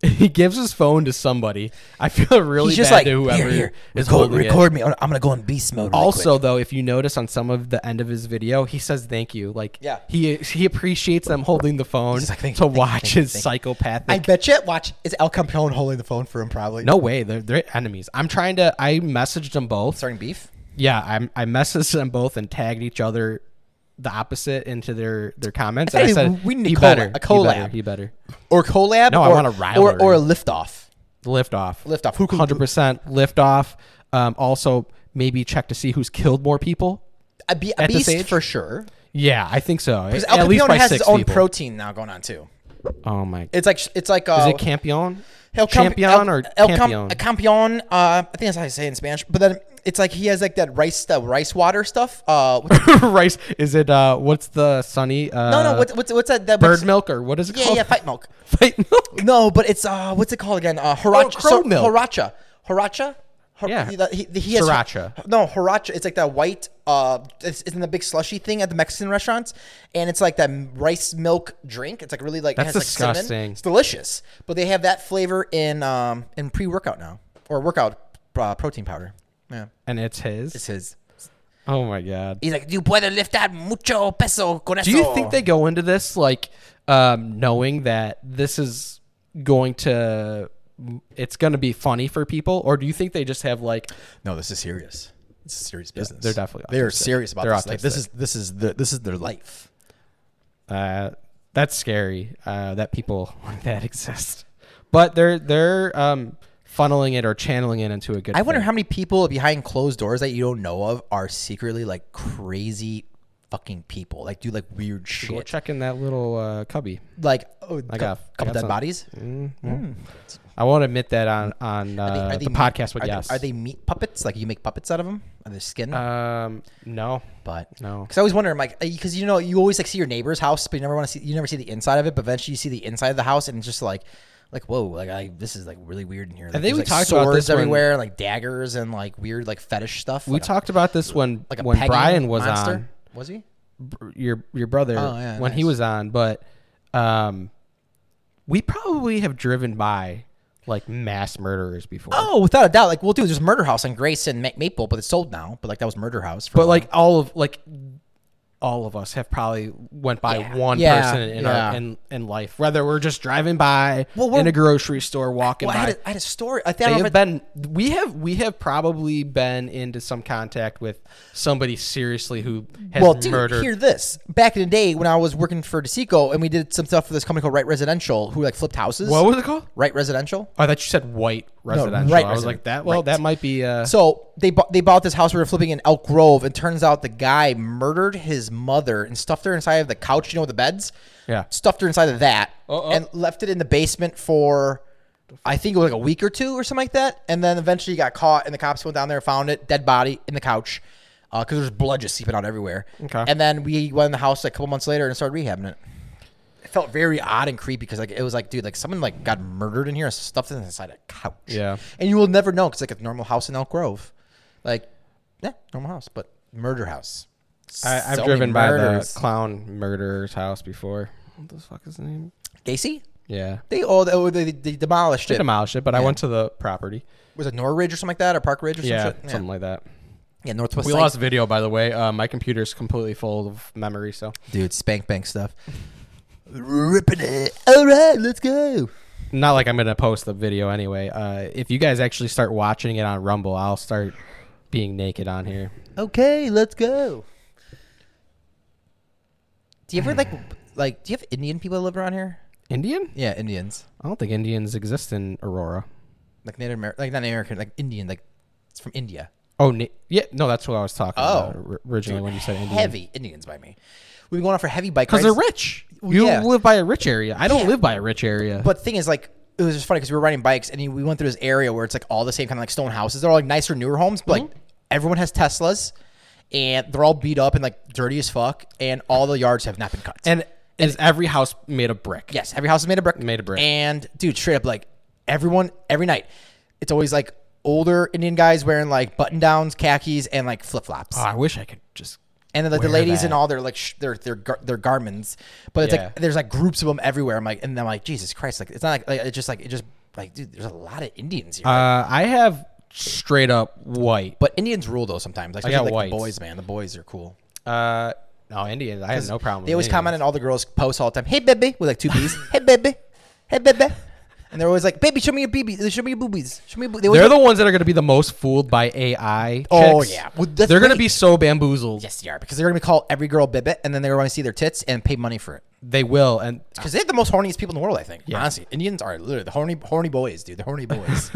Speaker 5: (laughs) He gives his phone to somebody. I feel really
Speaker 4: He's just
Speaker 5: bad
Speaker 4: like
Speaker 5: to whoever
Speaker 4: here, here,
Speaker 5: is
Speaker 4: record,
Speaker 5: holding it.
Speaker 4: record me. I'm gonna go in beast mode. Really
Speaker 5: Also,
Speaker 4: quick."
Speaker 5: though, if you notice on some of the end of his video, he says thank you. Like,
Speaker 4: Yeah.
Speaker 5: he he appreciates them holding the phone
Speaker 4: like, "Thank
Speaker 5: to
Speaker 4: you, thank you,
Speaker 5: watch
Speaker 4: thank you,
Speaker 5: his
Speaker 4: thank you."
Speaker 5: psychopathic.
Speaker 4: I bet you watch it's El Capone holding the phone for him probably.
Speaker 5: no way, they're they're enemies. I'm trying to. I messaged them both.
Speaker 4: starting beef.
Speaker 5: Yeah, I'm, I messaged them both and tagged each other the opposite into their their comments. And I
Speaker 4: Hey,
Speaker 5: said,
Speaker 4: we need
Speaker 5: he
Speaker 4: a collab-
Speaker 5: better,
Speaker 4: a
Speaker 5: He better.
Speaker 4: collab."
Speaker 5: He better.
Speaker 4: or collab.
Speaker 5: No, I
Speaker 4: or,
Speaker 5: want a
Speaker 4: or, or
Speaker 5: rivalry.
Speaker 4: a lift off.
Speaker 5: Lift off.
Speaker 4: Lift off. Who could-
Speaker 5: 100% lift off. Um, also, maybe check to see who's killed more people.
Speaker 4: A, be- a
Speaker 5: At this
Speaker 4: beast
Speaker 5: age?
Speaker 4: for sure.
Speaker 5: Yeah, I think so.
Speaker 4: Because
Speaker 5: At
Speaker 4: El
Speaker 5: least
Speaker 4: Capone
Speaker 5: by
Speaker 4: has
Speaker 5: six
Speaker 4: his own
Speaker 5: people.
Speaker 4: protein now going on too.
Speaker 5: Oh my.
Speaker 4: It's like it's like uh,
Speaker 5: Is it Campion?
Speaker 4: El Camp-
Speaker 5: Champion
Speaker 4: El-
Speaker 5: or
Speaker 4: El
Speaker 5: Campion?
Speaker 4: Camp- Campion? Uh, I think that's how you say it in Spanish. But then it's like he has like that rice the rice water stuff. Uh, what's,
Speaker 5: (laughs) Rice. Is it uh? What's the sunny? Uh, (laughs)
Speaker 4: no, no, what's what's, what's that? that
Speaker 5: bird milk or what is it
Speaker 4: Yeah,
Speaker 5: called?
Speaker 4: yeah, fight milk.
Speaker 5: (laughs) Fight milk.
Speaker 4: No, but it's uh, what's it called again? Uh, horacha,
Speaker 5: crow
Speaker 4: so-
Speaker 5: milk.
Speaker 4: horacha, horacha. Hor-
Speaker 5: Yeah.
Speaker 4: he- that- he- he has-
Speaker 5: Sriracha.
Speaker 4: No, horacha. It's like that white. Uh, it's, it's in the big slushy thing at the Mexican restaurants, and it's like that rice milk drink. It's like really like it
Speaker 5: That's
Speaker 4: has, like, cinnamon.
Speaker 5: disgusting.
Speaker 4: it's delicious, but they have that flavor in um in pre workout now or workout uh, protein powder. Yeah,
Speaker 5: And it's his.
Speaker 4: it's his.
Speaker 5: Oh my god.
Speaker 4: He's like, you puede liftar mucho peso con eso.
Speaker 5: Do you think they go into this like um, knowing that this is going to it's going to be funny for people, or do you think they just have like
Speaker 4: No, this is serious. It's serious business.
Speaker 5: they're definitely
Speaker 4: they are
Speaker 5: autistic.
Speaker 4: serious about
Speaker 5: They're
Speaker 4: this. Like, this
Speaker 5: autistic.
Speaker 4: is this is the, this is their life.
Speaker 5: uh, (laughs) that's scary uh, that people like that exist? But they're they're um, funneling it or channeling it into a good.
Speaker 4: I wonder
Speaker 5: thing.
Speaker 4: how many people behind closed doors that you don't know of are secretly like crazy fucking people. Like do like weird shit.
Speaker 5: Go check in that little uh, cubby.
Speaker 4: Like oh, cou-
Speaker 5: I got- I
Speaker 4: couple
Speaker 5: got
Speaker 4: dead
Speaker 5: some.
Speaker 4: bodies.
Speaker 5: I won't admit that on on uh,
Speaker 4: Are they- are they
Speaker 5: the
Speaker 4: meat-
Speaker 5: podcast, but
Speaker 4: are they-
Speaker 5: yes.
Speaker 4: are they meat puppets? Like you make puppets out of them? Are they skin?
Speaker 5: Um, no,
Speaker 4: but
Speaker 5: no.
Speaker 4: Because I always wonder, I'm like, because you know, you always like see your neighbor's house, but you never want to see, you never see the inside of it. But eventually, you see the inside of the house, and it's just like, like whoa, like I, this is like really weird in here. Like,
Speaker 5: think
Speaker 4: there's,
Speaker 5: we
Speaker 4: like,
Speaker 5: talked about
Speaker 4: swords
Speaker 5: this when-
Speaker 4: everywhere, like daggers and like weird like fetish stuff.
Speaker 5: We
Speaker 4: like a-
Speaker 5: talked about this when
Speaker 4: like a
Speaker 5: when
Speaker 4: pegging
Speaker 5: Brian was
Speaker 4: monster.
Speaker 5: on.
Speaker 4: Was he?
Speaker 5: br- your your brother
Speaker 4: Oh, yeah,
Speaker 5: when he
Speaker 4: nice.
Speaker 5: was on, but um, we probably have driven by like mass murderers before.
Speaker 4: Oh, without a doubt. Like, well, dude, there's Murder House on Grace and Ma- Maple, but it's sold now. But like that was Murder House. For a while.
Speaker 5: but like all of like all of us have probably went by one
Speaker 4: Yeah,
Speaker 5: person in
Speaker 4: yeah.
Speaker 5: our in, in life, whether we're just driving by
Speaker 4: Well, we're-
Speaker 5: in a grocery store, walking
Speaker 4: well, I,
Speaker 5: by.
Speaker 4: had a, I had a story. I think I
Speaker 5: they
Speaker 4: don't know
Speaker 5: have
Speaker 4: if I-
Speaker 5: been we have we have probably been into some contact with somebody seriously who has
Speaker 4: well, dude,
Speaker 5: murdered
Speaker 4: hear this. Back in the day when I was working for DeSico and we did some stuff for this company called Right Residential, who like flipped houses.
Speaker 5: what was it called
Speaker 4: Right Residential.
Speaker 5: Oh, I thought you said white residential.
Speaker 4: right
Speaker 5: I was
Speaker 4: resident-
Speaker 5: like that. Well,
Speaker 4: right.
Speaker 5: that might be. Uh,
Speaker 4: So they bought they bought this house we were flipping in Elk Grove, and turns out the guy murdered his mother and stuffed her inside of the couch, you know, with the beds.
Speaker 5: Yeah.
Speaker 4: Stuffed her inside of that
Speaker 5: Uh-oh.
Speaker 4: and left it in the basement for I think it was like a week or two or something like that. And then eventually he got caught and the cops went down there and found it, dead body in the couch. because there's blood just seeping out everywhere.
Speaker 5: Okay.
Speaker 4: And then we went in the house like a couple months later and started rehabbing it. It felt very odd and creepy because like it was like, dude, like someone like got murdered in here and stuffed it inside a couch.
Speaker 5: Yeah.
Speaker 4: And you will never know because like a normal house in Elk Grove, like yeah, normal house, but murder house.
Speaker 5: I, I've
Speaker 4: So many
Speaker 5: driven by the
Speaker 4: murders.
Speaker 5: clown murderer's house before. What the fuck is the name?
Speaker 4: Gacy.
Speaker 5: Yeah,
Speaker 4: They oh they, oh, they, they demolished
Speaker 5: they
Speaker 4: it.
Speaker 5: demolished it, but I went to the property.
Speaker 4: was it Norridge or something like that or Park Ridge or some
Speaker 5: yeah,
Speaker 4: shit? Yeah,
Speaker 5: something like that.
Speaker 4: yeah Northwest.
Speaker 5: We
Speaker 4: Lake.
Speaker 5: lost video, by the way. Uh, my computer's completely full of memory, so
Speaker 4: dude spank bank stuff. Ripping it. All right, let's go.
Speaker 5: not like I'm gonna post the video anyway. Uh, if you guys actually start watching it on Rumble, I'll start being naked on here.
Speaker 4: Okay, let's go. Do you ever
Speaker 5: (sighs)
Speaker 4: like like do you have Indian people that live around here?
Speaker 5: Indian?
Speaker 4: Yeah, Indians.
Speaker 5: I don't think Indians exist in Aurora.
Speaker 4: Like Native American, like not Native American, like Indian, like it's from India.
Speaker 5: Oh, ni- yeah, no, that's what I was talking
Speaker 4: Oh.
Speaker 5: about or- originally when you said Indian.
Speaker 4: heavy Indians by me. We've been going out for heavy bike
Speaker 5: Because
Speaker 4: rides.
Speaker 5: they're rich.
Speaker 4: Well,
Speaker 5: You
Speaker 4: yeah.
Speaker 5: live by a rich area. I don't
Speaker 4: Yeah.
Speaker 5: live by a rich area.
Speaker 4: But the thing is, like, it was just funny because we were riding bikes and we went through this area where it's like all the same kind of like stone houses. They're all like nicer, newer homes, but
Speaker 5: Mm-hmm.
Speaker 4: like everyone has Teslas and they're all beat up and like dirty as fuck. And all the yards have not been cut.
Speaker 5: and is every house made of brick?
Speaker 4: Yes, every house is made of brick.
Speaker 5: Made of brick.
Speaker 4: And dude, straight up, like everyone, every night, it's always like older Indian guys wearing like button downs, khakis, and like flip flops.
Speaker 5: Oh, I wish I could just.
Speaker 4: and then like the
Speaker 5: wear
Speaker 4: ladies in
Speaker 5: that.
Speaker 4: all their like sh- their their gar- their garments, but it's
Speaker 5: Yeah.
Speaker 4: like there's like groups of them everywhere. I'm like, and I'm like, Jesus Christ! Like it's not like, like it's just like it just like dude, there's a lot of Indians here.
Speaker 5: Uh, I have straight up white.
Speaker 4: but Indians rule though sometimes. Like,
Speaker 5: I got
Speaker 4: especially, like the
Speaker 5: whites.
Speaker 4: boys, man, the boys are cool.
Speaker 5: Uh, no, Indians. I have no problem.
Speaker 4: They
Speaker 5: with
Speaker 4: always
Speaker 5: Indians.
Speaker 4: comment on all the girls' posts all the time. Hey, baby, with like two B's. hey, baby, hey, baby, and they're always like, baby, show me your babies, show me your boobies, show me. Your boob-" They always
Speaker 5: They're
Speaker 4: like-
Speaker 5: the ones that are going to be the most fooled by AI.
Speaker 4: Oh,
Speaker 5: chicks.
Speaker 4: yeah. Well, that's
Speaker 5: they're going to
Speaker 4: right.
Speaker 5: be so bamboozled.
Speaker 4: yes, they are because they're gonna call every girl bibbit, and then they're gonna see their tits and pay money for it.
Speaker 5: They will. And
Speaker 4: because they're the most horniest people in the world. I think
Speaker 5: Yeah.
Speaker 4: honestly, Indians are literally the horny, horny boys, dude. The horny
Speaker 5: (laughs)
Speaker 4: boys.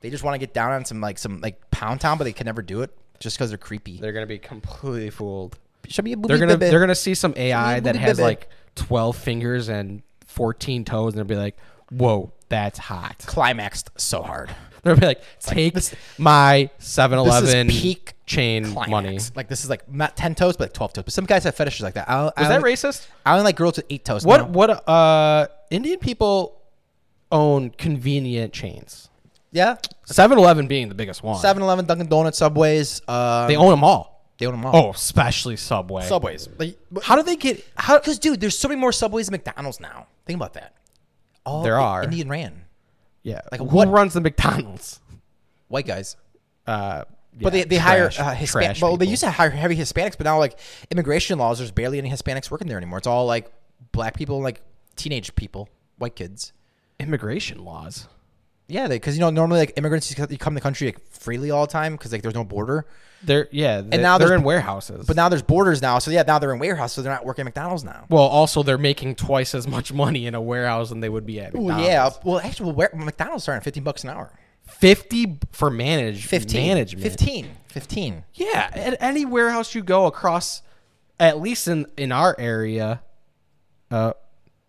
Speaker 4: they just want to get down on some like some like pound town, but they can never do it just because they're creepy.
Speaker 5: they're going to be completely fooled.
Speaker 4: Show me a booby.
Speaker 5: They're going to
Speaker 4: baby.
Speaker 5: they're going to see some AI
Speaker 4: Booby,
Speaker 5: that has
Speaker 4: baby.
Speaker 5: like 12 fingers and 14 toes and they'll be like, "Whoa, that's hot." (laughs)
Speaker 4: climaxed so hard.
Speaker 5: They're gonna be like, take
Speaker 4: this-
Speaker 5: my 7-Eleven
Speaker 4: this is peak
Speaker 5: chain
Speaker 4: Climax.
Speaker 5: money.
Speaker 4: Like this is like not ten toes, but like twelve toes. But some guys have fetishes like that. I, was
Speaker 5: Is that racist?
Speaker 4: I only like girls with eight toes.
Speaker 5: What
Speaker 4: No.
Speaker 5: what uh Indian people own convenient chains.
Speaker 4: Yeah.
Speaker 5: 7-Eleven being the biggest one.
Speaker 4: 7-Eleven, Dunkin' Donuts, Subways. Uh,
Speaker 5: They
Speaker 4: they,
Speaker 5: own them all.
Speaker 4: own them all.
Speaker 5: Oh, especially Subway.
Speaker 4: Subways. Like,
Speaker 5: How do they get
Speaker 4: how? Because dude, there's so many more Subways than McDonald's now. Think about that. All
Speaker 5: There
Speaker 4: I-
Speaker 5: are.
Speaker 4: Indian ran
Speaker 5: Yeah. Like who
Speaker 4: what-
Speaker 5: runs the McDonald's?
Speaker 4: white guys.
Speaker 5: Uh
Speaker 4: But they,
Speaker 5: yeah,
Speaker 4: they
Speaker 5: trash-
Speaker 4: hire uh, Hispanic.
Speaker 5: trash
Speaker 4: Well, they
Speaker 5: people.
Speaker 4: used to hire heavy Hispanics, but now like immigration laws, there's barely any Hispanics working there anymore. It's all like black people, like teenage people, white kids.
Speaker 5: immigration laws.
Speaker 4: Yeah, because you know normally like immigrants you come to the country like freely all the time because like there's no border.
Speaker 5: They're yeah, and
Speaker 4: now
Speaker 5: now they're
Speaker 4: there's-
Speaker 5: in warehouses.
Speaker 4: But now there's borders now, so yeah, now they're in warehouse, so they're not working at McDonald's now.
Speaker 5: well, also they're making twice as much money in a warehouse than they would be at
Speaker 4: Well,
Speaker 5: McDonald's.
Speaker 4: yeah. Well, actually, well, where, McDonald's starting at 15 bucks an hour.
Speaker 5: 50 for manage
Speaker 4: 15.
Speaker 5: management.
Speaker 4: 15. 15.
Speaker 5: Yeah, at any warehouse you go across, at least in in our area. Uh,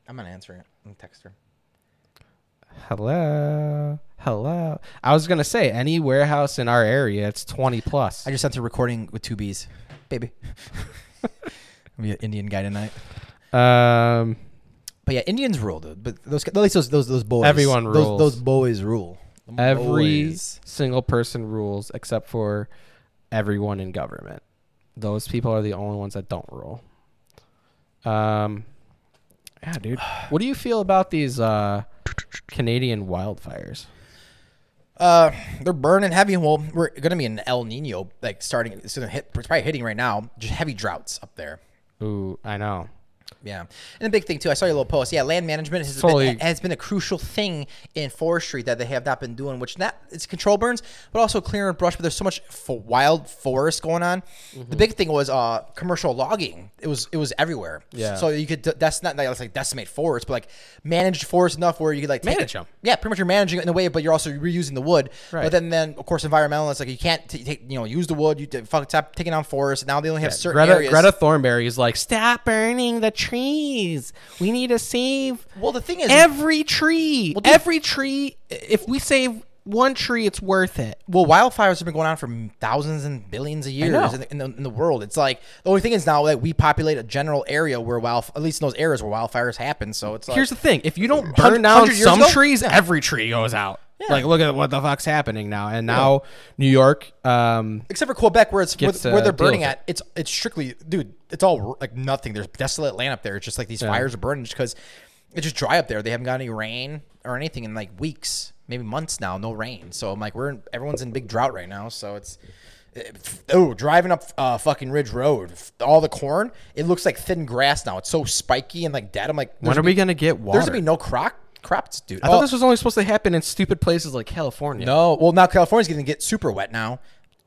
Speaker 4: I'm going to answer it and text her.
Speaker 5: hello, hello. I was gonna say any warehouse in our area, it's twenty plus.
Speaker 4: I just sent a recording with two B's. Baby. (laughs) I'm an Indian guy tonight.
Speaker 5: Um,
Speaker 4: But yeah, Indians rule, dude. But those, at least those, those, those boys.
Speaker 5: Everyone
Speaker 4: those,
Speaker 5: rules.
Speaker 4: Those boys rule. Them
Speaker 5: every
Speaker 4: boys.
Speaker 5: single person rules except for everyone in government. Those people are the only ones that don't rule. Um, yeah, (sighs) dude. What do you feel about these uh, Canadian wildfires?
Speaker 4: Uh, they're burning heavy. Well, we're gonna be in El Nino, like starting. It's gonna hit. It's probably hitting right now. Just heavy droughts up there.
Speaker 5: Ooh, I know.
Speaker 4: Yeah, and the big thing too. I saw your little post. Yeah, land management has,
Speaker 5: Totally.
Speaker 4: been, has been a crucial thing in forestry that they have not been doing, which not it's control burns, but also clearing brush. But there's so much fo- wild forest going on. The
Speaker 5: Mm-hmm.
Speaker 4: big thing was uh commercial logging. It was it was everywhere.
Speaker 5: Yeah.
Speaker 4: So you could that's not like, like decimate forests, but like manage forests enough where you could like take
Speaker 5: Manage
Speaker 4: it-
Speaker 5: 'em.
Speaker 4: Yeah, pretty much you're managing it in a way, but you're also reusing the wood. But
Speaker 5: Right.
Speaker 4: then then of course environmentalists like you can't t- take you know use the wood. You t- fuck stop taking down forests. Now they only have certain
Speaker 5: Greta,
Speaker 4: areas.
Speaker 5: Greta Thornberry is like, stop burning the trees. We need to save
Speaker 4: well, the thing is,
Speaker 5: every tree.
Speaker 4: dude-
Speaker 5: every tree. If we save one tree, it's worth it.
Speaker 4: well, wildfires have been going on for thousands and billions of years
Speaker 5: know.
Speaker 4: in the, in, the, in the world. It's like the only thing is now that we populate a general area where wild, at least in those areas where wildfires happen. So it's like
Speaker 5: Here's the thing: if you don't
Speaker 4: Hundred-
Speaker 5: burn down
Speaker 4: hundred years
Speaker 5: some
Speaker 4: ago?
Speaker 5: trees, every tree goes out. Like, look at what the fuck's happening now. And now New York, um,
Speaker 4: except for Quebec where it's where,
Speaker 5: Gets,
Speaker 4: where
Speaker 5: uh,
Speaker 4: they're burning
Speaker 5: deals
Speaker 4: at. It's it's strictly, dude. It's all r- like nothing. There's desolate land up there. It's just like these fires are burning because it's just dry up there. They haven't got any rain or anything in like weeks, maybe months now. No rain. So I'm like, we're in, everyone's in big drought right now. So it's. it- Oh, driving up uh, fucking Ridge Road, f- all the corn. It looks like thin grass now. It's so spiky and like dead. I'm like,
Speaker 5: when
Speaker 4: there's
Speaker 5: are we
Speaker 4: gonna
Speaker 5: gonna get
Speaker 4: be- there's gonna
Speaker 5: water?
Speaker 4: be no crop crops, dude.
Speaker 5: I
Speaker 4: Oh,
Speaker 5: thought this was only supposed to happen in stupid places like California.
Speaker 4: no, well now California's gonna get super wet now.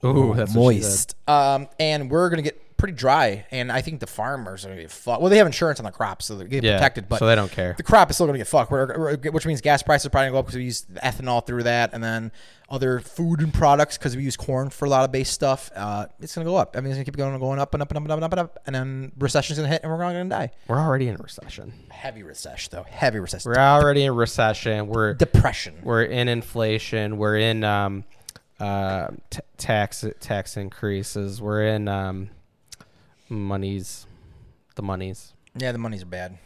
Speaker 5: Ooh, that's what she said.
Speaker 4: moist. Um, and we're gonna get pretty dry. And I think the farmers are gonna get fucked. Well, they have insurance on the crop, so they're getting
Speaker 5: Yeah,
Speaker 4: protected. But
Speaker 5: so they don't care.
Speaker 4: The crop is still gonna get fucked, we're, we're- which means gas prices are probably gonna go up because we use ethanol through that, and then other food and products because we use corn for a lot of base stuff. Uh, it's gonna go up. I mean, it's gonna keep going, going up and up and up and up and up and up, and then recession's gonna hit, and we're all gonna die.
Speaker 5: We're already in recession.
Speaker 4: Heavy recession, though. Heavy recession.
Speaker 5: We're already in recession. We're
Speaker 4: Depression.
Speaker 5: we're in inflation. We're in um, uh, t- tax tax increases. We're in um, monies, the monies.
Speaker 4: Yeah, the monies are bad.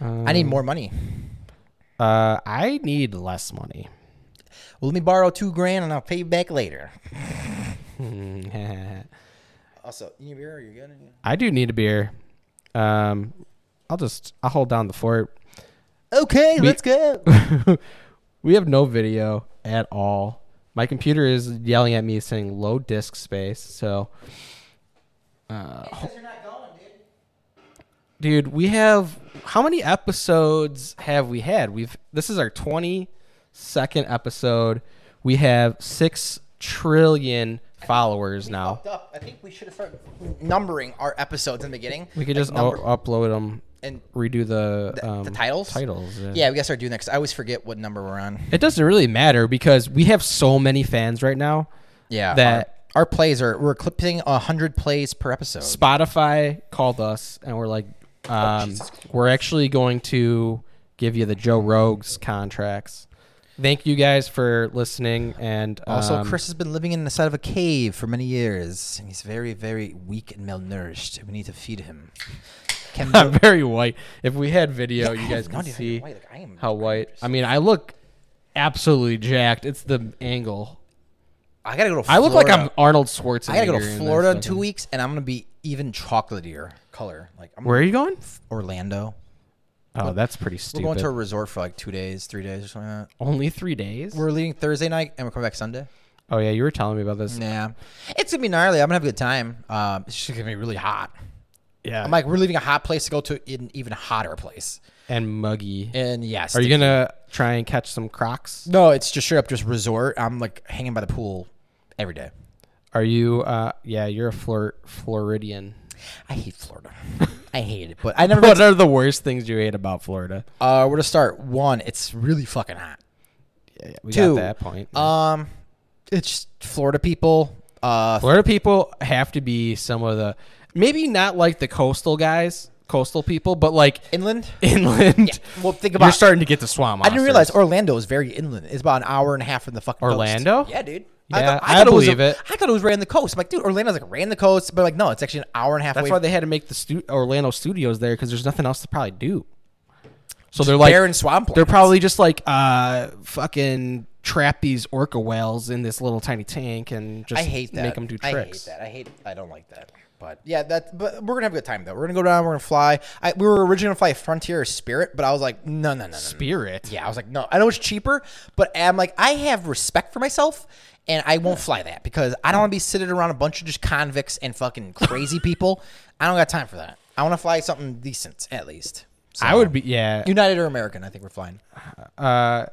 Speaker 4: I
Speaker 5: Um,
Speaker 4: need more money.
Speaker 5: Uh, I need less money. (laughs)
Speaker 4: Well, let me borrow two grand and I'll pay you back later. Also, you need a beer? Are you good?
Speaker 5: I do need a beer. Um, I'll just I'll hold down the fort.
Speaker 4: Okay, (laughs) let's go.
Speaker 5: (laughs) we have no video at all. My computer is yelling at me saying low disk space. So, uh, dude, we have how many episodes have we had? We've this is our twenty second episode. We have six trillion followers now.
Speaker 4: fucked up. I think we should have started numbering our episodes in the beginning.
Speaker 5: We could
Speaker 4: Like,
Speaker 5: just u- upload them
Speaker 4: and
Speaker 5: redo the um,
Speaker 4: the titles.
Speaker 5: Titles.
Speaker 4: Yeah. we gotta start doing that 'cause I always forget what number we're on.
Speaker 5: It doesn't really matter because we have so many fans right now.
Speaker 4: Yeah,
Speaker 5: That-
Speaker 4: our, our plays are we're clipping hundred plays per episode.
Speaker 5: Spotify called us and we're like,
Speaker 4: Oh,
Speaker 5: um, we're actually going to give you the Joe Rogues contracts. Thank you guys for listening. And
Speaker 4: also, (laughs)
Speaker 5: um,
Speaker 4: Chris has been living in the side of a cave for many years, and he's very, very weak and malnourished. We need to feed him.
Speaker 5: (laughs)
Speaker 4: Can
Speaker 5: I'm very white. If we had video, you guys
Speaker 4: have
Speaker 5: can
Speaker 4: no idea how you're
Speaker 5: see
Speaker 4: white. Like, I am-
Speaker 5: how white. I mean, I look absolutely jacked. It's the angle.
Speaker 4: I gotta go to. Florida.
Speaker 5: I look like I'm Arnold Schwarzenegger.
Speaker 4: I gotta go
Speaker 5: in
Speaker 4: to
Speaker 5: this
Speaker 4: Florida in
Speaker 5: fucking-
Speaker 4: two weeks, and I'm gonna be even chocolatier color. Like I'm
Speaker 5: Where are you going?
Speaker 4: Orlando.
Speaker 5: Oh, that's pretty
Speaker 4: We're
Speaker 5: stupid.
Speaker 4: going to a resort for like two days, three days, or something like that.
Speaker 5: Only three days?
Speaker 4: We're leaving Thursday night and we're coming back Sunday.
Speaker 5: oh, yeah. You were telling me about this.
Speaker 4: Yeah. It's gonna be gnarly. I'm gonna have a good time. Um, it's just gonna be really hot.
Speaker 5: Yeah.
Speaker 4: I'm like, we're leaving a hot place to go to an even hotter place.
Speaker 5: and muggy.
Speaker 4: And yes,
Speaker 5: Are you gonna try and catch some crocs?
Speaker 4: No, it's just straight up just resort. I'm like hanging by the pool every day.
Speaker 5: Are you? Uh, yeah, you're a Flor- Floridian.
Speaker 4: I hate Florida. I hate it, but I never.
Speaker 5: What are the worst things you hate about Florida?
Speaker 4: uh, where to start? One, it's really fucking hot.
Speaker 5: yeah, we
Speaker 4: Two.
Speaker 5: got that point.
Speaker 4: Um, it's just Florida people. Uh,
Speaker 5: Florida people have to be some of the maybe not like the coastal guys, coastal people, but like
Speaker 4: inland.
Speaker 5: (laughs) inland.
Speaker 4: Well, think
Speaker 5: You're
Speaker 4: about.
Speaker 5: starting to get the swamp.
Speaker 4: I didn't
Speaker 5: monsters.
Speaker 4: realize Orlando is very inland. It's about an hour and a half from the fucking coast.
Speaker 5: Orlando?
Speaker 4: Yeah, dude.
Speaker 5: Yeah, I believe
Speaker 4: it, was
Speaker 5: it.
Speaker 4: I thought it was ran the coast. I'm like, dude, Orlando's like ran the coast, but like, no, it's actually an hour and a half.
Speaker 5: That's
Speaker 4: away
Speaker 5: why they had to make the stu- Orlando studios there because there's nothing else to probably do. So they're like
Speaker 4: barren swampland.
Speaker 5: They're probably just like uh fucking trap these orca whales in this little tiny tank and just
Speaker 4: I hate that.
Speaker 5: make them do tricks.
Speaker 4: I hate that. I hate. I don't like that. But yeah, that. But we're gonna have a good time though. We're gonna go down. We're gonna fly. I, we were originally gonna fly Frontier or Spirit, but I was like, no, no, no, no, no.
Speaker 5: Spirit.
Speaker 4: Yeah, I was like, no, I know it's cheaper, but I'm like, I have respect for myself, and I won't fly that because I don't want to be sitting around a bunch of just convicts and fucking (laughs) crazy people. I don't got time for that. I want to fly something decent at least. So,
Speaker 5: I would be yeah.
Speaker 4: United or American. I think we're flying.
Speaker 5: uh,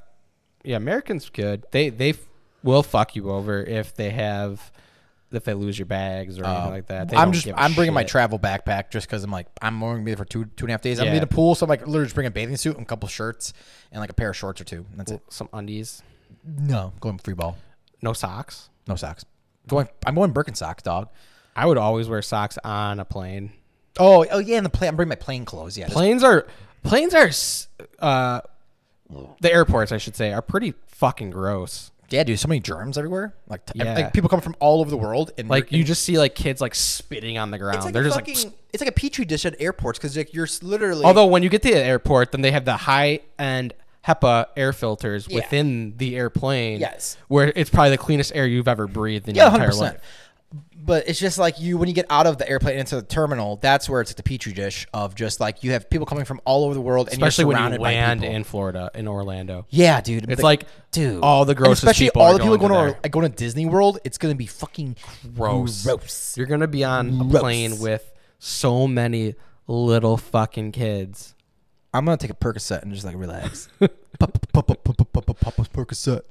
Speaker 5: yeah, Americans good. They they f- will fuck you over if they have if they lose your bags or anything like that. They
Speaker 4: Oh. I'm
Speaker 5: don't
Speaker 4: just
Speaker 5: give a
Speaker 4: I'm bringing my
Speaker 5: shit.
Speaker 4: travel backpack just because I'm like I'm only gonna be there for two two and a half days. I'm gonna be in
Speaker 5: Yeah.
Speaker 4: a pool, so I'm like literally just bringing a bathing suit and a couple shirts and like a pair of shorts or two. And that's it.
Speaker 5: some undies,
Speaker 4: No, going free ball,
Speaker 5: no socks.
Speaker 4: no socks. Going, I'm going Birkenstocks, dog.
Speaker 5: I would always wear socks on a plane.
Speaker 4: Oh, oh yeah, and the plane. I'm bringing my plane clothes. Yeah,
Speaker 5: Planes are planes are s- uh, the airports I should say are pretty fucking gross.
Speaker 4: yeah, dude. So many germs everywhere. Like, t-
Speaker 5: Yeah.
Speaker 4: like people come from all over the world and
Speaker 5: Like
Speaker 4: they're-
Speaker 5: you just see like kids like spitting on the ground.
Speaker 4: It's like
Speaker 5: They're
Speaker 4: a
Speaker 5: just
Speaker 4: fucking,
Speaker 5: like. "Psst."
Speaker 4: it's like a petri dish at airports because like you're s- literally
Speaker 5: Although when you get to the airport, then they have the high end HEPA air filters within the airplane.
Speaker 4: Yes.
Speaker 5: Where it's probably the cleanest air you've ever breathed in
Speaker 4: Yeah,
Speaker 5: your entire
Speaker 4: hundred percent.
Speaker 5: life.
Speaker 4: But it's just like you when you get out of the airplane into the terminal, that's where it's like the petri dish of just like you have people coming from all over the world, and
Speaker 5: Especially
Speaker 4: you're
Speaker 5: when
Speaker 4: surrounded
Speaker 5: you land
Speaker 4: by people.
Speaker 5: in Florida, in Orlando.
Speaker 4: yeah, dude.
Speaker 5: It's like,
Speaker 4: dude,
Speaker 5: all the
Speaker 4: and
Speaker 5: grossest
Speaker 4: especially
Speaker 5: people
Speaker 4: all
Speaker 5: are
Speaker 4: the people
Speaker 5: going
Speaker 4: going
Speaker 5: to
Speaker 4: to
Speaker 5: there.
Speaker 4: like, going to Disney World. It's gonna be fucking
Speaker 5: Gross.
Speaker 4: gross.
Speaker 5: You're going to be on a plane with so many little fucking kids.
Speaker 4: I'm gonna take a Percocet and just like
Speaker 5: (laughs)
Speaker 4: relax. Pop- pop- pop- pop- pop- pop- pop- Percocet.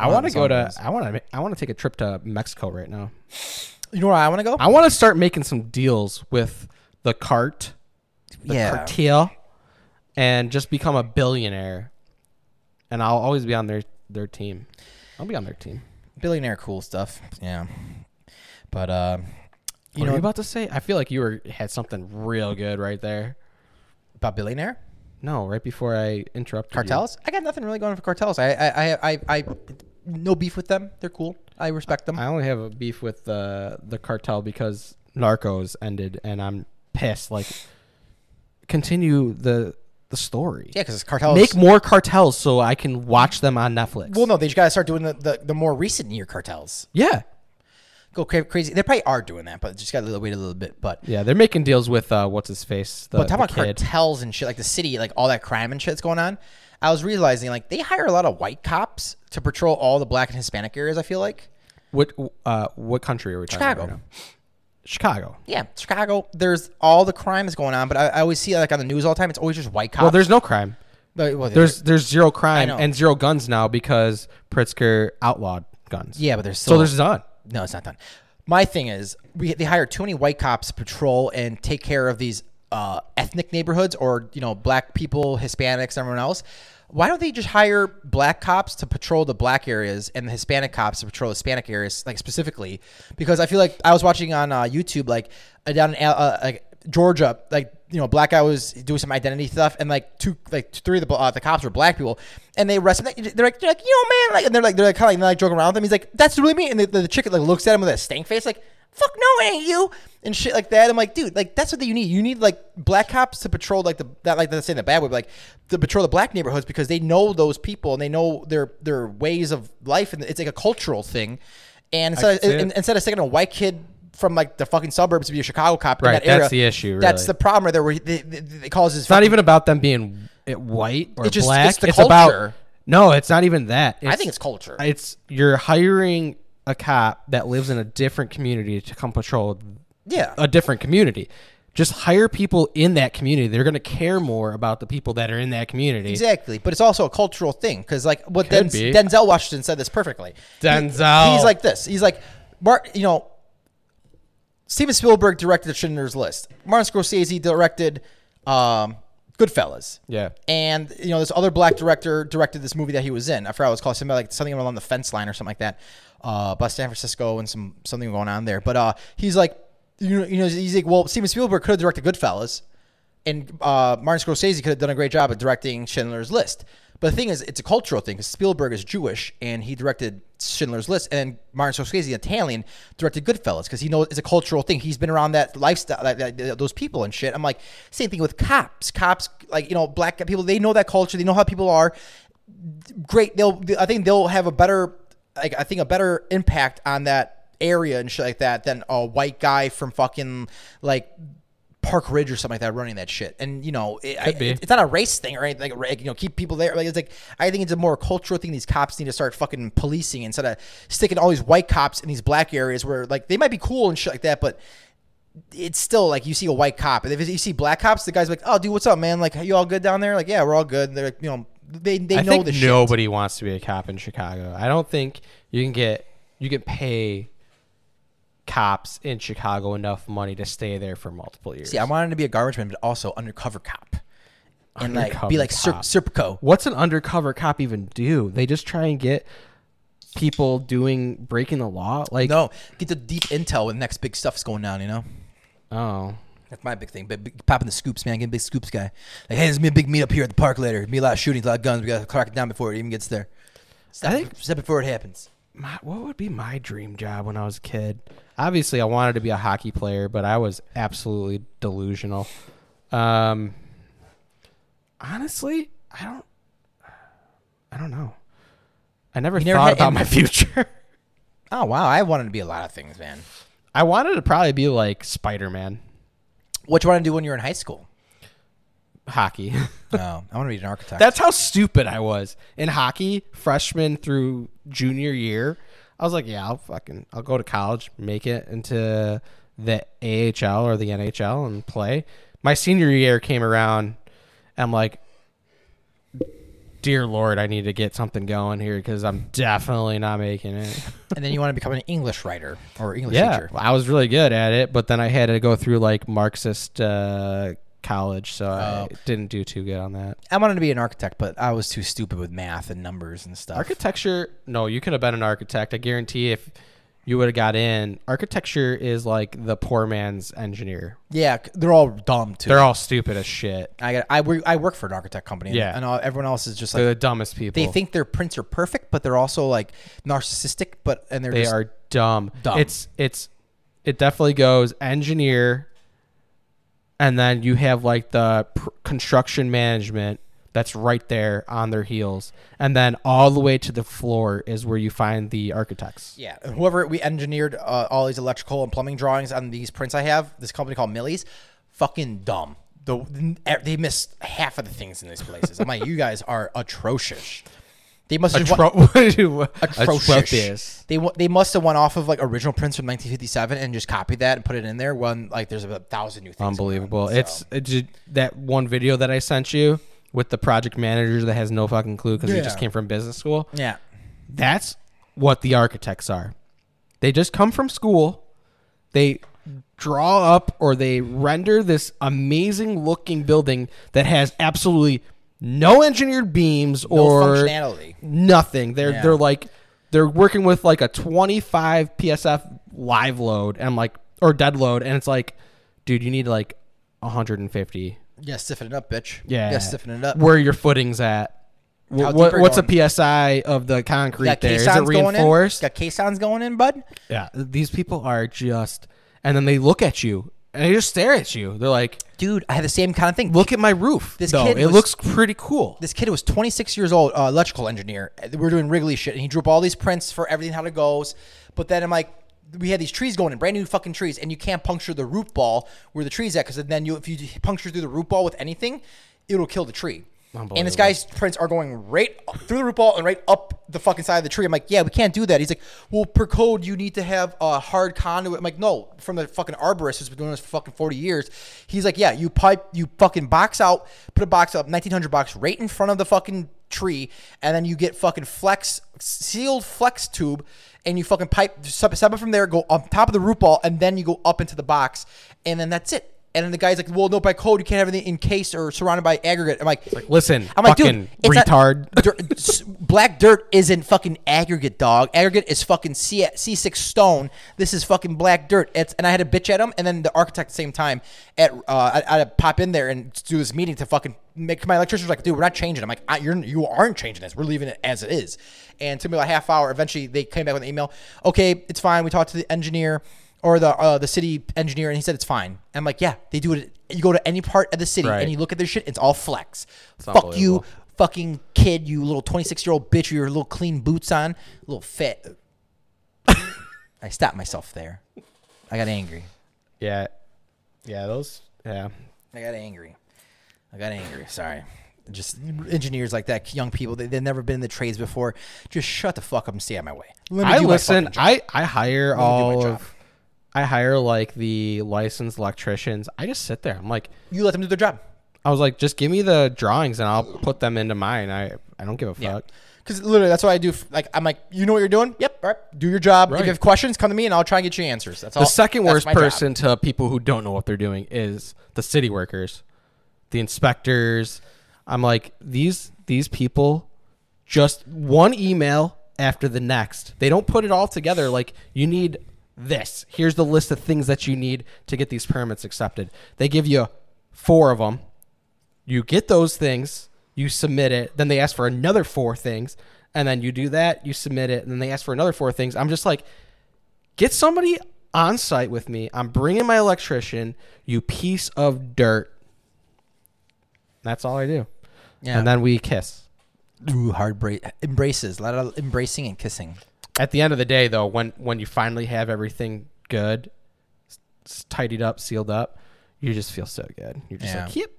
Speaker 5: I want to
Speaker 4: that's
Speaker 5: go
Speaker 4: all it
Speaker 5: to.
Speaker 4: is.
Speaker 5: I want to. I want to take a trip to Mexico right now.
Speaker 4: You know where I want to go?
Speaker 5: I want to start making some deals with the cart, the
Speaker 4: Yeah.
Speaker 5: cartel, and just become a billionaire. And I'll always be on their their team. I'll be on their team.
Speaker 4: Billionaire cool stuff. Yeah, but uh,
Speaker 5: You
Speaker 4: you
Speaker 5: know,
Speaker 4: know
Speaker 5: you about to say? I feel like you were had something real good right there.
Speaker 4: about billionaire.
Speaker 5: No, right before I interrupted. you.
Speaker 4: Cartels? I got nothing really going for cartels. I, I, I, I, I no beef with them. They're cool. I respect them.
Speaker 5: I only have a beef with the the cartel because Narcos ended, and I'm pissed. Like, continue the the story.
Speaker 4: yeah, because cartels.
Speaker 5: Make more cartels so I can watch them on Netflix.
Speaker 4: Oh, well, no, they just gotta start doing the, the, the more recent year cartels.
Speaker 5: Yeah.
Speaker 4: Go cra- crazy. They probably are doing that, but just gotta wait a little bit. But
Speaker 5: Yeah, they're making deals with uh, what's his face. The,
Speaker 4: but talk
Speaker 5: the
Speaker 4: about
Speaker 5: kid.
Speaker 4: cartels and shit, like the city, like all that crime and shit that's going on. I was realizing like they hire a lot of white cops to patrol all the black and Hispanic areas. I feel like.
Speaker 5: What uh, what country are we talking
Speaker 4: Chicago.
Speaker 5: about? right now? Chicago.
Speaker 4: Yeah, Chicago. There's all the crime is going on, but I, I always see like on the news all the time. It's always just white cops.
Speaker 5: Well, there's no crime.
Speaker 4: Like, well,
Speaker 5: There's there's zero crime
Speaker 4: know.
Speaker 5: and zero guns now because Pritzker outlawed guns.
Speaker 4: yeah, but there's
Speaker 5: So
Speaker 4: still
Speaker 5: there's none.
Speaker 4: No, it's not done. My thing is, we they hire too many white cops to patrol and take care of these uh, ethnic neighborhoods or you know black people, Hispanics, everyone else. Why don't they just hire black cops to patrol the black areas and the Hispanic cops to patrol Hispanic areas, like specifically? Because I feel like I was watching on uh, YouTube, like uh, down in Al- uh, like Georgia, like you know, a black guy was doing some identity stuff, and like two, like three of the uh, the cops were black people, and they arrested. Him. They're like, they're like, you know, man, like, and they're like, they're like, kind of like, like joking around with him. He's like, that's really me, and the, the chick like looks at him with a stank face, like, fuck no, it ain't you, and shit like that. I'm like, dude, like that's what you need. You need like black cops to patrol like the that like that's in the bad way, but like to patrol the black neighborhoods because they know those people and they know their their ways of life, and it's like a cultural thing. And instead, of,
Speaker 5: can see it.
Speaker 4: and, instead of sticking a white kid from like the fucking suburbs to be a Chicago cop, in
Speaker 5: Right,
Speaker 4: that
Speaker 5: that's
Speaker 4: area,
Speaker 5: the issue,
Speaker 4: That's
Speaker 5: really.
Speaker 4: the problem right there. Where they, they, they causes
Speaker 5: It's not even about them being uh, white or
Speaker 4: It just-
Speaker 5: black.
Speaker 4: it's the
Speaker 5: about
Speaker 4: culture.
Speaker 5: no, it's not even that.
Speaker 4: I think it's culture.
Speaker 5: It's you're hiring a cop that lives in a different community to come patrol
Speaker 4: yeah,
Speaker 5: a different community. Just hire people in that community. They're going to care more about the people that are in that community.
Speaker 4: exactly. But it's also a cultural thing because like what
Speaker 5: Could
Speaker 4: Denz,
Speaker 5: be.
Speaker 4: Denzel Washington said this perfectly. He-
Speaker 5: Denzel.
Speaker 4: he's like this. He's like, Mar- you know, Steven Spielberg directed Schindler's List. Martin Scorsese directed um, Goodfellas.
Speaker 5: Yeah.
Speaker 4: And you know, this other black director directed this movie that he was in. I forgot what it's called. Something like something along the fence line or something like that. Uh, about San Francisco and some something going on there. But uh, he's like, you know, you know, he's like, well, Steven Spielberg could have directed Goodfellas, and uh, Martin Scorsese could have done a great job at directing Schindler's List. But the thing is, it's a cultural thing because Spielberg is Jewish and he directed Schindler's List, and Martin Scorsese, Italian, directed Goodfellas because he knows it's a cultural thing. He's been around that lifestyle, that, that- those people and shit. I'm like, same thing with cops. Cops, like you know, black people, they know that culture. They know how people are. Great, they'll. I think they'll have a better, like I think a better impact on that area and shit like that than a white guy from fucking like Park Ridge or something like that running that shit. And you know, it, I,
Speaker 5: Could be.
Speaker 4: it- it's not a race thing or anything. Like, you know, keep people there. Like it's like I think it's a more cultural thing. These cops need to start fucking policing instead of sticking all these white cops in these black areas where like they might be cool and shit like that, but. It's still like you see a white cop, and if you see black cops, the guy's like, "Oh, dude, what's up, man? Like, you all good down there? Like, yeah, we're all good." And they're like, you know, they they
Speaker 5: I
Speaker 4: know
Speaker 5: think
Speaker 4: the shit.
Speaker 5: nobody wants to be a cop in Chicago. I don't think you can get you can pay cops in Chicago enough money to stay there for multiple years.
Speaker 4: See, I wanted to be a garbage man, but also undercover cop, and like
Speaker 5: Undercover
Speaker 4: be like Ser-
Speaker 5: cop.
Speaker 4: Serpico.
Speaker 5: What's an undercover cop even do? They just try and get people doing breaking the law. Like
Speaker 4: No, get the deep intel when the next big stuff's going down. You know,
Speaker 5: oh,
Speaker 4: that's my big thing. But big- popping the scoops, man, getting big scoops guy. Like, hey, there's gonna be a big meetup here at the park later. Be a lot of shootings, a lot of guns. We gotta crack it down before it even gets there. Step,
Speaker 5: think-
Speaker 4: step before it happens.
Speaker 5: my, what would be my dream job when I was a kid? Obviously, I wanted to be a hockey player, but I was absolutely delusional. Um, honestly, I don't, I don't know. I never
Speaker 4: never
Speaker 5: thought
Speaker 4: had
Speaker 5: about
Speaker 4: any-
Speaker 5: my (laughs) future.
Speaker 4: Oh wow, I wanted to be a lot of things, man.
Speaker 5: I wanted to probably be like Spider Man,
Speaker 4: What you want to do when you're in high school? (laughs)
Speaker 5: hockey. (laughs)
Speaker 4: No, I want to be an architect.
Speaker 5: That's how stupid I was in hockey, freshman through junior year. I was like, yeah, I'll fucking, I'll go to college, make it into the AHL or the NHL and play. My senior year came around, and I'm like, dear lord, I need to get something going here because I'm definitely not making it.
Speaker 4: and then you want to become an English writer or English
Speaker 5: yeah,
Speaker 4: teacher.
Speaker 5: I was really good at it, but then I had to go through like Marxist uh, college, so I didn't do too good on that.
Speaker 4: I wanted to be an architect, but I was too stupid with math and numbers and stuff.
Speaker 5: Architecture, no, you could have been an architect. I guarantee if you would have got in, architecture is like the poor man's engineer.
Speaker 4: yeah, c- they're all dumb too.
Speaker 5: They're all stupid as shit.
Speaker 4: I got. I work. I work for an architect company.
Speaker 5: Yeah.
Speaker 4: and all, everyone else is just
Speaker 5: They're
Speaker 4: like
Speaker 5: the dumbest people.
Speaker 4: they think their prints are perfect, but they're also like narcissistic. But and they're
Speaker 5: they
Speaker 4: just,
Speaker 5: are dumb.
Speaker 4: dumb.
Speaker 5: It's it's it definitely goes engineer, and then you have like the pr- construction management that's right there on their heels, and then all the way to the floor is where you find the architects.
Speaker 4: Yeah, and whoever we engineered uh, all these electrical and plumbing drawings on these prints I have, this company called Millie's, fucking dumb. The, e, they missed half of the things in these places. I'm like, you guys are atrocious. They must have
Speaker 5: Atro- (laughs) what do you- atrocious.
Speaker 4: atrocious. They wa- they must have went off of like original prints from 1957 and just copied that and put it in there. When like there's a thousand new things. going on,
Speaker 5: Unbelievable.
Speaker 4: so.
Speaker 5: It's it ju- that one video that I sent you with the project manager that has no fucking clue because he just
Speaker 4: Yeah.
Speaker 5: came from business school.
Speaker 4: yeah.
Speaker 5: That's what the architects are. They just come from school. They draw up or they render this amazing looking building that has absolutely no engineered beams or
Speaker 4: functionality.
Speaker 5: Nothing. They're
Speaker 4: Yeah.
Speaker 5: they're like they're working with like a 25 psf live load and like or dead load and it's like dude you need like 150
Speaker 4: Yeah, stiffen it up, bitch.
Speaker 5: yeah.
Speaker 4: yeah, stiffen it up.
Speaker 5: Where your footing's at. Wh-
Speaker 4: How deep
Speaker 5: what-
Speaker 4: are you
Speaker 5: what's
Speaker 4: going?
Speaker 5: a PSI of the concrete
Speaker 4: got
Speaker 5: there? Is
Speaker 4: caissons
Speaker 5: it
Speaker 4: going in.
Speaker 5: reinforced?
Speaker 4: Got caissons going in, bud.
Speaker 5: Yeah. These people are just, and then they look at you and they just stare at you. They're like,
Speaker 4: Dude, I had the same kind of thing.
Speaker 5: look at my roof.
Speaker 4: This
Speaker 5: though.
Speaker 4: kid
Speaker 5: it
Speaker 4: was-
Speaker 5: looks pretty cool.
Speaker 4: this kid was 26 years old, uh, electrical engineer. We were doing Wrigley shit, and he drew up all these prints for everything how it goes. But then I'm like, we had these trees going in, brand new fucking trees, and you can't puncture the root ball where the tree's at because then you, if you puncture through the root ball with anything, it'll kill the tree.
Speaker 5: Oh
Speaker 4: And this guy's prints are going right up through the root ball and right up the fucking side of the tree. I'm like, yeah, we can't do that. He's like, well, per code, you need to have a hard conduit. I'm like, no, from the fucking arborist who's been doing this for fucking 40 years. He's like, yeah, you pipe, you fucking box out, put a box up, 1900 box right in front of the fucking tree, and then you get fucking flex, sealed flex tube, and you fucking pipe, step step it from there, go on top of the root ball, and then you go up into the box, and then that's it. And then the guy's like, "Well, no, by code you can't have anything encased or surrounded by aggregate." I'm like,
Speaker 5: Listen,
Speaker 4: I'm like, dude,
Speaker 5: fucking
Speaker 4: it's not-
Speaker 5: retard.
Speaker 4: dirt, s- black dirt isn't fucking aggregate, dog. Aggregate is fucking C six stone. This is fucking black dirt. It's and I had a bitch at him, and then the architect at the same time. At uh, I, I had to pop in there and do this meeting to fucking make my electrician was like, dude, we're not changing. I'm like, I, you're you aren't changing this. We're leaving it as it is. And it took me about a half hour. Eventually, they came back with an email. Okay, it's fine. We talked to the engineer or the uh, the city engineer, and he said it's fine. I'm like, yeah, they do it. You go to any part of the city
Speaker 5: Right.
Speaker 4: and you look at their shit, it's all flex. Fuck you,
Speaker 5: unbelievable.
Speaker 4: fucking kid, you little 26 year old bitch, with your little clean boots on, little fat. (laughs) I stopped myself there. I got angry.
Speaker 5: Yeah, yeah, those. Yeah,
Speaker 4: I got angry. I got angry. Sorry. Just engineers like that, young people, they, they've never been in the trades before. Just shut the fuck up and stay out of my way. Let
Speaker 5: I
Speaker 4: do my
Speaker 5: listen.
Speaker 4: fucking job.
Speaker 5: I I hire all
Speaker 4: job.
Speaker 5: of. I hire like the licensed electricians. I just sit there. I'm like,
Speaker 4: You let them do their job.
Speaker 5: I was like, just give me the drawings and I'll put them into mine. I I don't give a fuck.
Speaker 4: Because literally, that's what I do. f- Like, I'm like, you know what you're doing? Yep. All right. Do your job. If
Speaker 5: Right.
Speaker 4: you have questions, come to me and I'll try and get you answers. That's all.
Speaker 5: The second
Speaker 4: that's
Speaker 5: worst
Speaker 4: my job.
Speaker 5: person to people who don't know what they're doing is the city workers, the inspectors. I'm like these these people, just one email after the next. They don't put it all together. Like you need this. Here's the list of things that you need to get these permits accepted. They give you four of them. You get those things, you submit it, then they ask for another four things, and then you do that, you submit it, and then they ask for another four things. I'm just like, get somebody on site with me. I'm bringing my electrician, you piece of dirt. That's all I do.
Speaker 4: Yeah.
Speaker 5: And then we kiss.
Speaker 4: Ooh, hard bra- embraces. A lot of embracing and kissing.
Speaker 5: At the end of the day though, when when you finally have everything good, s- s- tidied up, sealed up, you just feel so good. You're just
Speaker 4: Yeah.
Speaker 5: like, "Yep."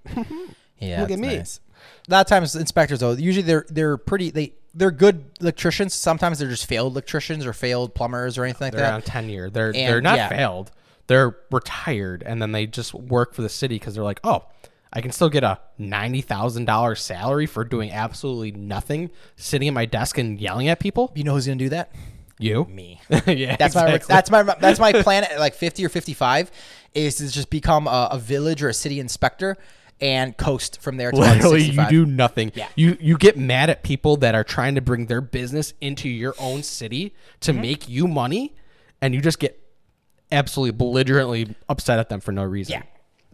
Speaker 4: Yeah,
Speaker 5: Look at
Speaker 4: it's
Speaker 5: me.
Speaker 4: A lot of times, inspectors though, usually they're they're pretty they they're good electricians. Sometimes they're just failed electricians or failed plumbers or anything like
Speaker 5: They're
Speaker 4: that.
Speaker 5: on tenure. They're they're
Speaker 4: And,
Speaker 5: not
Speaker 4: yeah.
Speaker 5: failed. They're retired, and then they just work for the city because they're like, oh, I can still get a ninety thousand dollars salary for doing absolutely nothing, sitting at my desk and yelling at people.
Speaker 4: You know who's gonna do that?
Speaker 5: You,
Speaker 4: Me.
Speaker 5: (laughs) yeah,
Speaker 4: That's my
Speaker 5: exactly. (laughs)
Speaker 4: that's my that's my plan at like fifty or fifty five is to just become a, a village or a city inspector and coast from there. To like
Speaker 5: literally (laughs) you
Speaker 4: 65.
Speaker 5: do nothing.
Speaker 4: Yeah.
Speaker 5: You you get mad at people that are trying to bring their business into your own city to
Speaker 4: Mm-hmm.
Speaker 5: make you money, and you just get absolutely belligerently upset at them for no reason.
Speaker 4: Yeah.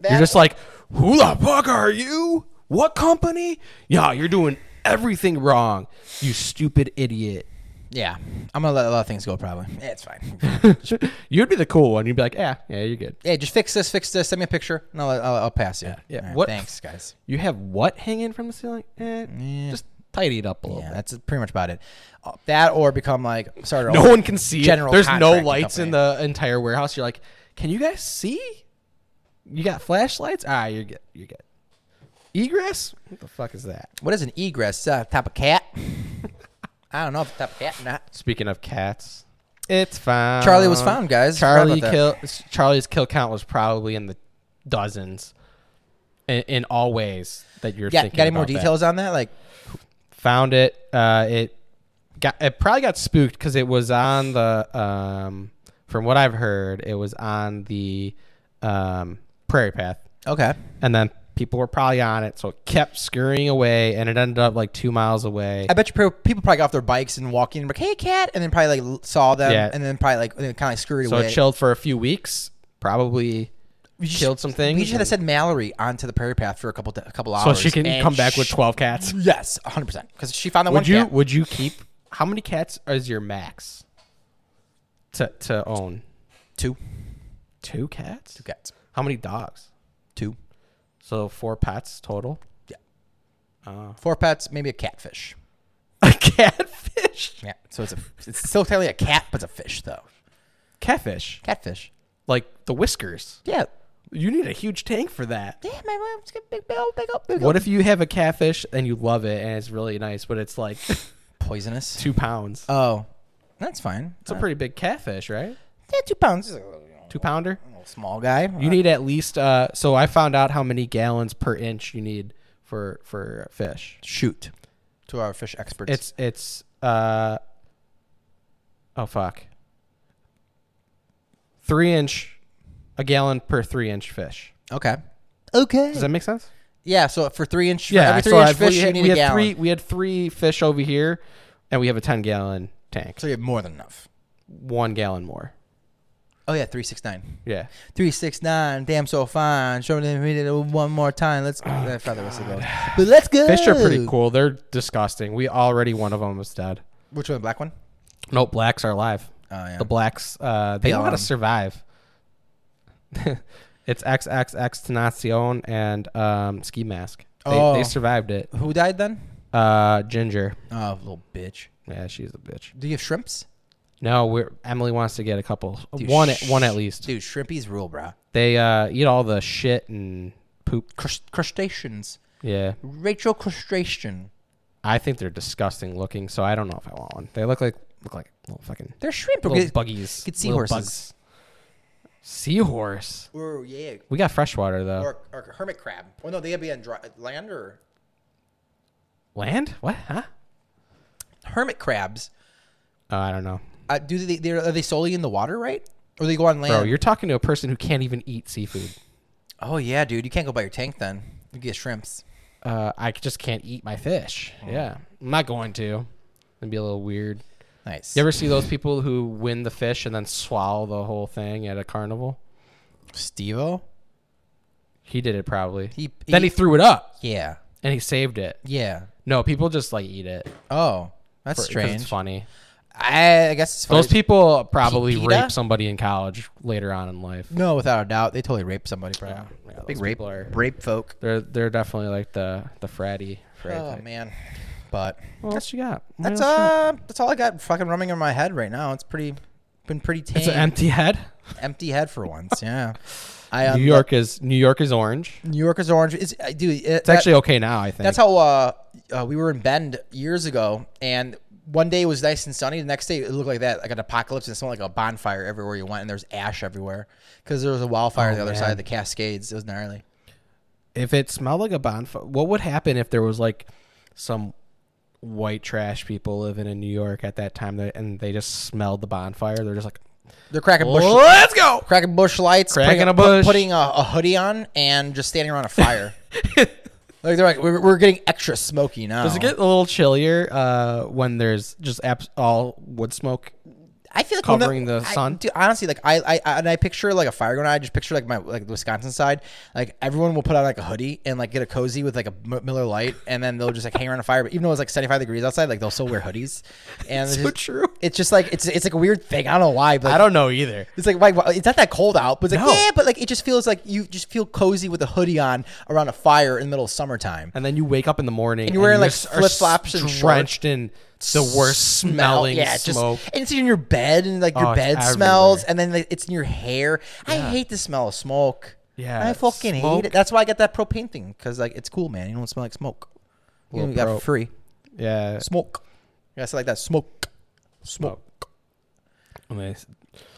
Speaker 5: you're
Speaker 4: That-
Speaker 5: just like, who the fuck are you? What company? Yeah, you're doing everything wrong. You stupid
Speaker 4: (laughs)
Speaker 5: idiot.
Speaker 4: Yeah, I'm gonna let a lot of things go. Probably. Yeah, it's fine. (laughs)
Speaker 5: You'd be the cool one. You'd be like, yeah, yeah, you're good.
Speaker 4: hey, just fix this, fix this. Send me a picture. No, I'll, I'll pass you. Yeah.
Speaker 5: yeah. What-
Speaker 4: Thanks, guys.
Speaker 5: You have what hanging from the ceiling? Eh, Just tidy it up a little
Speaker 4: Yeah,
Speaker 5: bit.
Speaker 4: that's pretty much about it. Uh, that or become like sorry.
Speaker 5: No one can see. it.
Speaker 4: General
Speaker 5: There's no
Speaker 4: contracting
Speaker 5: lights in
Speaker 4: company.
Speaker 5: the entire warehouse. You're like, can you guys see? You got flashlights? Ah, you're good. You're good. Egress? What the fuck is that?
Speaker 4: What is an egress? Uh, top of cat? (laughs) I don't know if it's top of cat or not.
Speaker 5: Speaking of cats, it's found.
Speaker 4: Charlie was found, guys. Forgot
Speaker 5: Charlie
Speaker 4: about
Speaker 5: kill. Charlie's kill count was probably in the dozens. In, in all ways that you're
Speaker 4: Yeah,
Speaker 5: thinking.
Speaker 4: got any more
Speaker 5: about that.
Speaker 4: details on that? Like,
Speaker 5: found it. Uh, it got it probably got spooked because it was on the um, from what I've heard, it was on the um, prairie path,
Speaker 4: okay,
Speaker 5: and then people were probably on it, so it kept scurrying away, and it ended up like two miles away.
Speaker 4: I bet you pro- people probably got off their bikes and walking, like, "Hey, cat," and then probably like l- saw them,
Speaker 5: Yeah.
Speaker 4: and then probably like kind of like scurried
Speaker 5: So
Speaker 4: away.
Speaker 5: it chilled for a few weeks, probably
Speaker 4: We just-
Speaker 5: killed some things.
Speaker 4: We should have
Speaker 5: and-
Speaker 4: said Mallory onto the prairie path for a couple d- a couple
Speaker 5: so
Speaker 4: hours.
Speaker 5: she can
Speaker 4: and
Speaker 5: come back with
Speaker 4: sh-
Speaker 5: twelve cats.
Speaker 4: Yes, 100 percent. Because she found that one.
Speaker 5: Would you
Speaker 4: cat.
Speaker 5: would you keep how many cats is your max to to own?
Speaker 4: two
Speaker 5: Two cats? Two
Speaker 4: cats?
Speaker 5: How many dogs?
Speaker 4: Two,
Speaker 5: So four pets total.
Speaker 4: four pets, maybe a catfish.
Speaker 5: (laughs) A catfish.
Speaker 4: Yeah, so it's a it's still technically a cat, but it's a fish though.
Speaker 5: Catfish.
Speaker 4: Catfish.
Speaker 5: Like the whiskers.
Speaker 4: Yeah.
Speaker 5: You need a huge tank for that.
Speaker 4: Yeah, my mom's got big bill, big up, big
Speaker 5: What if you have a catfish and you love it and it's really nice, but it's (laughs) like
Speaker 4: poisonous?
Speaker 5: two pounds?
Speaker 4: Oh, that's fine. Uh,
Speaker 5: It's a pretty big catfish, right?
Speaker 4: yeah, two pounds. Just a little, you know,
Speaker 5: Two pounder.
Speaker 4: little small guy.
Speaker 5: You need at least. Uh, so I found out how many gallons per inch you need for for fish.
Speaker 4: Uh, shoot to our fish experts.
Speaker 5: It's it's. Uh, oh fuck. Three inch, a gallon per three inch fish.
Speaker 4: Okay. Okay.
Speaker 5: Does that make sense?
Speaker 4: yeah. So for three inch, yeah, every three
Speaker 5: so
Speaker 4: inch
Speaker 5: I've-
Speaker 4: fish,
Speaker 5: we
Speaker 4: you
Speaker 5: had,
Speaker 4: need
Speaker 5: we
Speaker 4: a
Speaker 5: had
Speaker 4: gallon.
Speaker 5: three. We had three fish over here, and we have a ten gallon tank.
Speaker 4: So you have more than enough.
Speaker 5: One gallon more.
Speaker 4: Oh yeah, three six nine.
Speaker 5: Yeah.
Speaker 4: Three six nine. Damn, so fine. Show them it one more time. Let's. I thought that was a (sighs) goal. But let's go.
Speaker 5: Fish are pretty cool. They're disgusting. We already one of them was dead.
Speaker 4: Which one? Black one.
Speaker 5: Nope, blacks are alive.
Speaker 4: Oh yeah.
Speaker 5: The blacks, uh, they know how
Speaker 4: um,
Speaker 5: to survive. (laughs) it's XXX Tenacion and um, Ski Mask. They,
Speaker 4: Oh.
Speaker 5: they survived it.
Speaker 4: Who died then?
Speaker 5: Uh, Ginger.
Speaker 4: Oh, little bitch.
Speaker 5: Yeah, she's a bitch.
Speaker 4: Do you have shrimps?
Speaker 5: No, we're Emily wants to get a couple.
Speaker 4: Dude,
Speaker 5: one, at
Speaker 4: sh-
Speaker 5: one at least.
Speaker 4: Dude, shrimpies rule, bro.
Speaker 5: They uh, eat all the shit and poop.
Speaker 4: Crus- crustaceans.
Speaker 5: Yeah,
Speaker 4: Rachel crustacean.
Speaker 5: I think they're disgusting looking, so I don't know if I want one. They look like look like little fucking
Speaker 4: They're shrimp.
Speaker 5: little
Speaker 4: Get-
Speaker 5: buggies.
Speaker 4: Get
Speaker 5: little
Speaker 4: seahorses.
Speaker 5: bugs. Seahorse.
Speaker 4: Or yeah,
Speaker 5: We got freshwater though.
Speaker 4: or, or hermit crab. Well, no, they gotta be on dry, land or
Speaker 5: Land? What? Huh?
Speaker 4: hermit crabs.
Speaker 5: Oh, I don't know.
Speaker 4: Uh, do they? They're, are they solely in the water, right? Or they go on land?
Speaker 5: Bro, you're talking to a person who can't even eat seafood.
Speaker 4: oh yeah, dude. You can't go by your tank then. You get shrimps.
Speaker 5: Uh, I just can't eat my fish.
Speaker 4: Oh.
Speaker 5: Yeah. I'm not going to. It'd be a little weird.
Speaker 4: Nice.
Speaker 5: You ever see those people who win the fish and then swallow the whole thing at a carnival?
Speaker 4: Stevo?
Speaker 5: He did it probably.
Speaker 4: He-
Speaker 5: then
Speaker 4: he-
Speaker 5: he threw it up
Speaker 4: Yeah.
Speaker 5: and he saved it.
Speaker 4: Yeah.
Speaker 5: No, people just like eat it.
Speaker 4: Oh, that's
Speaker 5: for- 'cause
Speaker 4: strange.
Speaker 5: It's funny.
Speaker 4: I, I guess it's funny.
Speaker 5: Those people probably
Speaker 4: PETA?
Speaker 5: rape somebody in college later on in life.
Speaker 4: No, without a doubt, they totally raped somebody. Probably.
Speaker 5: Yeah, those
Speaker 4: Big rape,
Speaker 5: people are-
Speaker 4: rape folk.
Speaker 5: They're they're definitely like the the fratty. frat
Speaker 4: Oh
Speaker 5: type.
Speaker 4: man, but
Speaker 5: What else you got? What
Speaker 4: that's
Speaker 5: else you got?
Speaker 4: uh, that's all I got. Fucking running in my head right now. It's pretty, been pretty tame.
Speaker 5: It's an empty head.
Speaker 4: empty head for
Speaker 5: (laughs)
Speaker 4: once. Yeah. I um,
Speaker 5: New York is New York is orange.
Speaker 4: New York is orange. It's, uh, I do.
Speaker 5: It's actually okay now. I think.
Speaker 4: That's how uh, uh, we were in Bend years ago, and one day it was nice and sunny. The next day it looked like that, like an apocalypse, and it smelled like a bonfire everywhere you went, and there's ash everywhere because there was a wildfire on the other
Speaker 5: Oh, man.
Speaker 4: side of the Cascades. It was gnarly.
Speaker 5: if it smelled like a bonfire, what would happen if there was like some white trash people living in New York at that time that, and they just smelled the bonfire? They're just like,
Speaker 4: They're cracking bush,
Speaker 5: let's go.
Speaker 4: cracking bush lights,
Speaker 5: Cracking
Speaker 4: putting-
Speaker 5: a bush.
Speaker 4: pu- putting a, a hoodie on, and just standing around a
Speaker 5: (laughs)
Speaker 4: fire. like they're like, we're, we're getting extra smoky now.
Speaker 5: Does it get a little chillier uh, when there's just abs- all wood smoke?
Speaker 4: I feel like
Speaker 5: covering
Speaker 4: when
Speaker 5: the
Speaker 4: I-
Speaker 5: sun?
Speaker 4: dude, honestly, like I, I, I, and I picture like a fire going on. I just picture like my like the Wisconsin side. Like everyone will put on like a hoodie and like get a cozy with like a M- Miller Light, and then they'll just like hang around a fire. But even though it's like seventy five degrees outside, like they'll still wear hoodies. And it's
Speaker 5: (laughs) So
Speaker 4: just,
Speaker 5: true.
Speaker 4: It's just like it's it's like a weird thing. I don't know why, but
Speaker 5: I don't know either.
Speaker 4: It's like why, why- it's not that cold out, but it's like
Speaker 5: No.
Speaker 4: yeah, but like it just feels like you just feel cozy with a hoodie on around a fire in the middle of summertime.
Speaker 5: And then you wake up in the morning and
Speaker 4: you're wearing, like,
Speaker 5: just are
Speaker 4: flip-flops and shorts.
Speaker 5: drenched in the worst smelling
Speaker 4: yeah, it's just-
Speaker 5: smoke.
Speaker 4: and it's in your bed, and like your
Speaker 5: Oh, it's
Speaker 4: bed smells,
Speaker 5: everywhere.
Speaker 4: and then like, it's in your hair. I hate the smell of smoke.
Speaker 5: Yeah,
Speaker 4: I fucking hate
Speaker 5: smoke.
Speaker 4: it. That's why I got that propane thing because like it's cool, man. You don't smell like smoke. You
Speaker 5: Little
Speaker 4: know, you got
Speaker 5: pro-
Speaker 4: for free
Speaker 5: yeah,
Speaker 4: smoke. Yeah, so like that smoke, smoke.
Speaker 5: And they-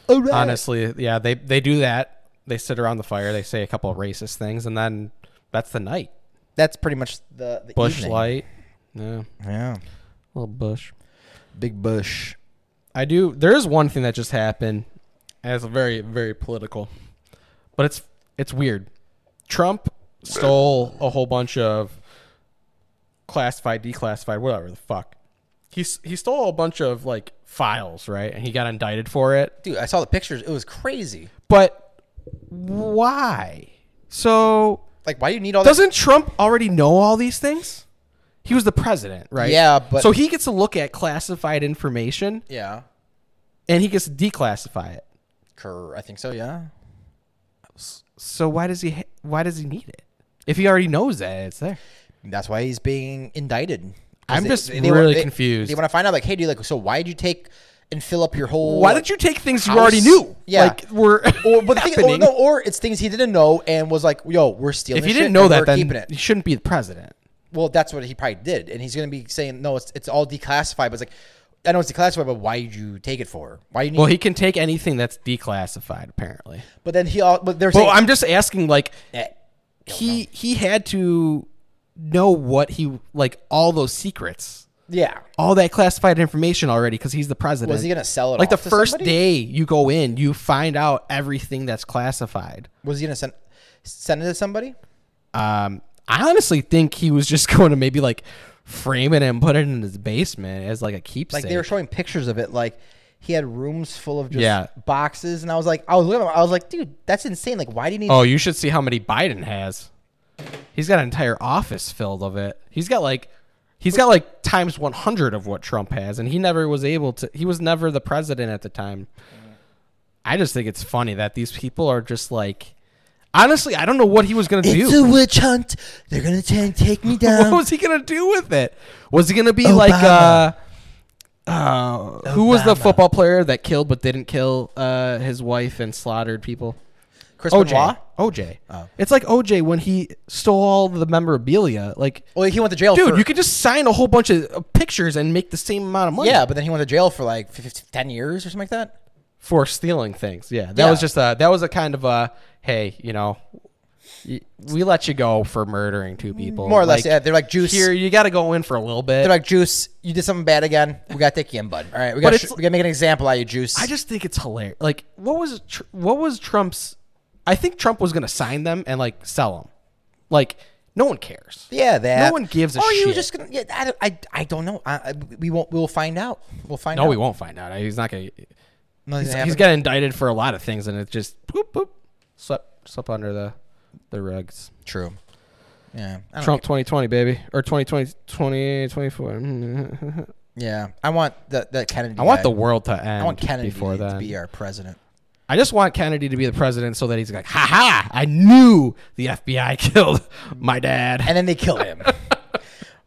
Speaker 4: All right.
Speaker 5: Honestly, yeah, they they do that. They sit around the fire, they say a couple of racist things, and then that's the night.
Speaker 4: that's pretty much the, the
Speaker 5: Bush
Speaker 4: evening.
Speaker 5: light, yeah,
Speaker 4: Yeah,
Speaker 5: little bush.
Speaker 4: big bush.
Speaker 5: I do. There is one thing that just happened, and it's very very political, but it's it's weird. Trump stole a whole bunch of classified, declassified, whatever the fuck. He s- he stole a bunch of like files, right? And he got indicted for it.
Speaker 4: Dude, I saw the pictures. It was crazy.
Speaker 5: But why? So
Speaker 4: Like, why do you need all that?
Speaker 5: Doesn't Trump already know all these things? He was the president, right?
Speaker 4: Yeah, but-
Speaker 5: so he gets to look at classified information
Speaker 4: Yeah,
Speaker 5: and he gets to declassify it.
Speaker 4: Cur- I think so. Yeah.
Speaker 5: So why does he ha- why does he need it? If he already knows that it's there.
Speaker 4: That's why he's being indicted. 'Cause
Speaker 5: I'm just
Speaker 4: wanna-
Speaker 5: really confused.
Speaker 4: They want to find out, like, hey, dude, like, so why did you take and fill up your whole?
Speaker 5: Why did you take things you
Speaker 4: house-
Speaker 5: already knew?
Speaker 4: Yeah.
Speaker 5: Like were
Speaker 4: Or, but the thing, or
Speaker 5: happening?
Speaker 4: no, or it's things he didn't know and was like, yo, we're stealing.
Speaker 5: if he
Speaker 4: this
Speaker 5: didn't
Speaker 4: shit
Speaker 5: know
Speaker 4: and
Speaker 5: that
Speaker 4: we're
Speaker 5: then
Speaker 4: keeping it.
Speaker 5: he shouldn't be the president.
Speaker 4: Well, that's what he probably did, and he's gonna be saying, no, it's it's all declassified. But it's like, I know it's declassified, but why did you take it for? Why you need?
Speaker 5: Well, he can take anything that's declassified apparently.
Speaker 4: but then he, all, but they're
Speaker 5: Well,
Speaker 4: saying,
Speaker 5: I'm just asking like
Speaker 4: Eh,
Speaker 5: he he had to know what he like all those secrets.
Speaker 4: yeah,
Speaker 5: all that classified information already because he's the president.
Speaker 4: Was he gonna sell it
Speaker 5: Like
Speaker 4: off
Speaker 5: the
Speaker 4: to
Speaker 5: first
Speaker 4: somebody?
Speaker 5: day you go in, you find out everything that's classified.
Speaker 4: was he gonna send? send it to somebody?
Speaker 5: Um, I honestly think he was just (laughs) going to maybe like frame it and put it in his basement as like a keepsake.
Speaker 4: Like they were showing pictures of it. Like he had rooms full of just
Speaker 5: Yeah.
Speaker 4: boxes, and I was like, I was looking, at him, I was like, dude, that's insane. Like, why do you need?
Speaker 5: oh, you should see how many Biden has. He's got an entire office filled of it. He's got like he's got like times 100 of what Trump has and he never was able to he was never the president at the time. I just think it's funny that these people are just like honestly, I don't know what he was going to do.
Speaker 4: it's a witch hunt. They're gonna try and take me
Speaker 5: (laughs) what
Speaker 4: down.
Speaker 5: was he gonna do with it? Was he gonna be like uh,
Speaker 4: Obama.
Speaker 5: uh who was the
Speaker 4: Obama.
Speaker 5: football player that killed but didn't kill uh his wife and slaughtered people? Oh.
Speaker 4: Chris Benoit?
Speaker 5: OJ. OJ. It's like OJ when he stole all the memorabilia. Like,
Speaker 4: Well, he went to jail.
Speaker 5: dude,
Speaker 4: for,
Speaker 5: you could just sign a whole bunch of uh, pictures and make the same amount of money.
Speaker 4: Yeah, but then he went to jail for like 50, 10 years or something like that.
Speaker 5: for stealing things. Yeah, that
Speaker 4: Yeah.
Speaker 5: was just a that was a kind of a hey, you know, y- we let you go for murdering two people.
Speaker 4: More or less, yeah, they're like juice.
Speaker 5: Oh, Here, you got to go in for a little bit.
Speaker 4: They're like, Juice, you did something bad again. We got to take you in, bud. All right, we got
Speaker 5: But
Speaker 4: to
Speaker 5: it's-
Speaker 4: we got to make an example out of you, Juice.
Speaker 5: I just think it's hilarious. Like, what was tr- what was Trump's? I think Trump was gonna sign them and like sell them. Like, no one cares.
Speaker 4: yeah, that.
Speaker 5: No one gives a
Speaker 4: Or you
Speaker 5: shit.
Speaker 4: just gonna? Yeah, I, don't- I, I don't know. I, I, we won't. We'll find out. We'll find out.
Speaker 5: no, we won't find out. He's not gonna.
Speaker 4: Nothing's
Speaker 5: He's,
Speaker 4: gonna
Speaker 5: he's
Speaker 4: happen.
Speaker 5: got indicted for a lot of things, and it just boop boop slept slept under the the rugs.
Speaker 4: true. Yeah, I don't
Speaker 5: Trump 2020 baby or 2020 2024. (laughs) Mm.
Speaker 4: care. Yeah, I want the the Kennedy.
Speaker 5: I want
Speaker 4: guy.
Speaker 5: the world to end.
Speaker 4: I want Kennedy
Speaker 5: before
Speaker 4: to
Speaker 5: that.
Speaker 4: be our president.
Speaker 5: I just want Kennedy to be the president so that he's like, ha ha! I knew the FBI (laughs) killed my dad.
Speaker 4: And then they kill
Speaker 5: (laughs)
Speaker 4: him.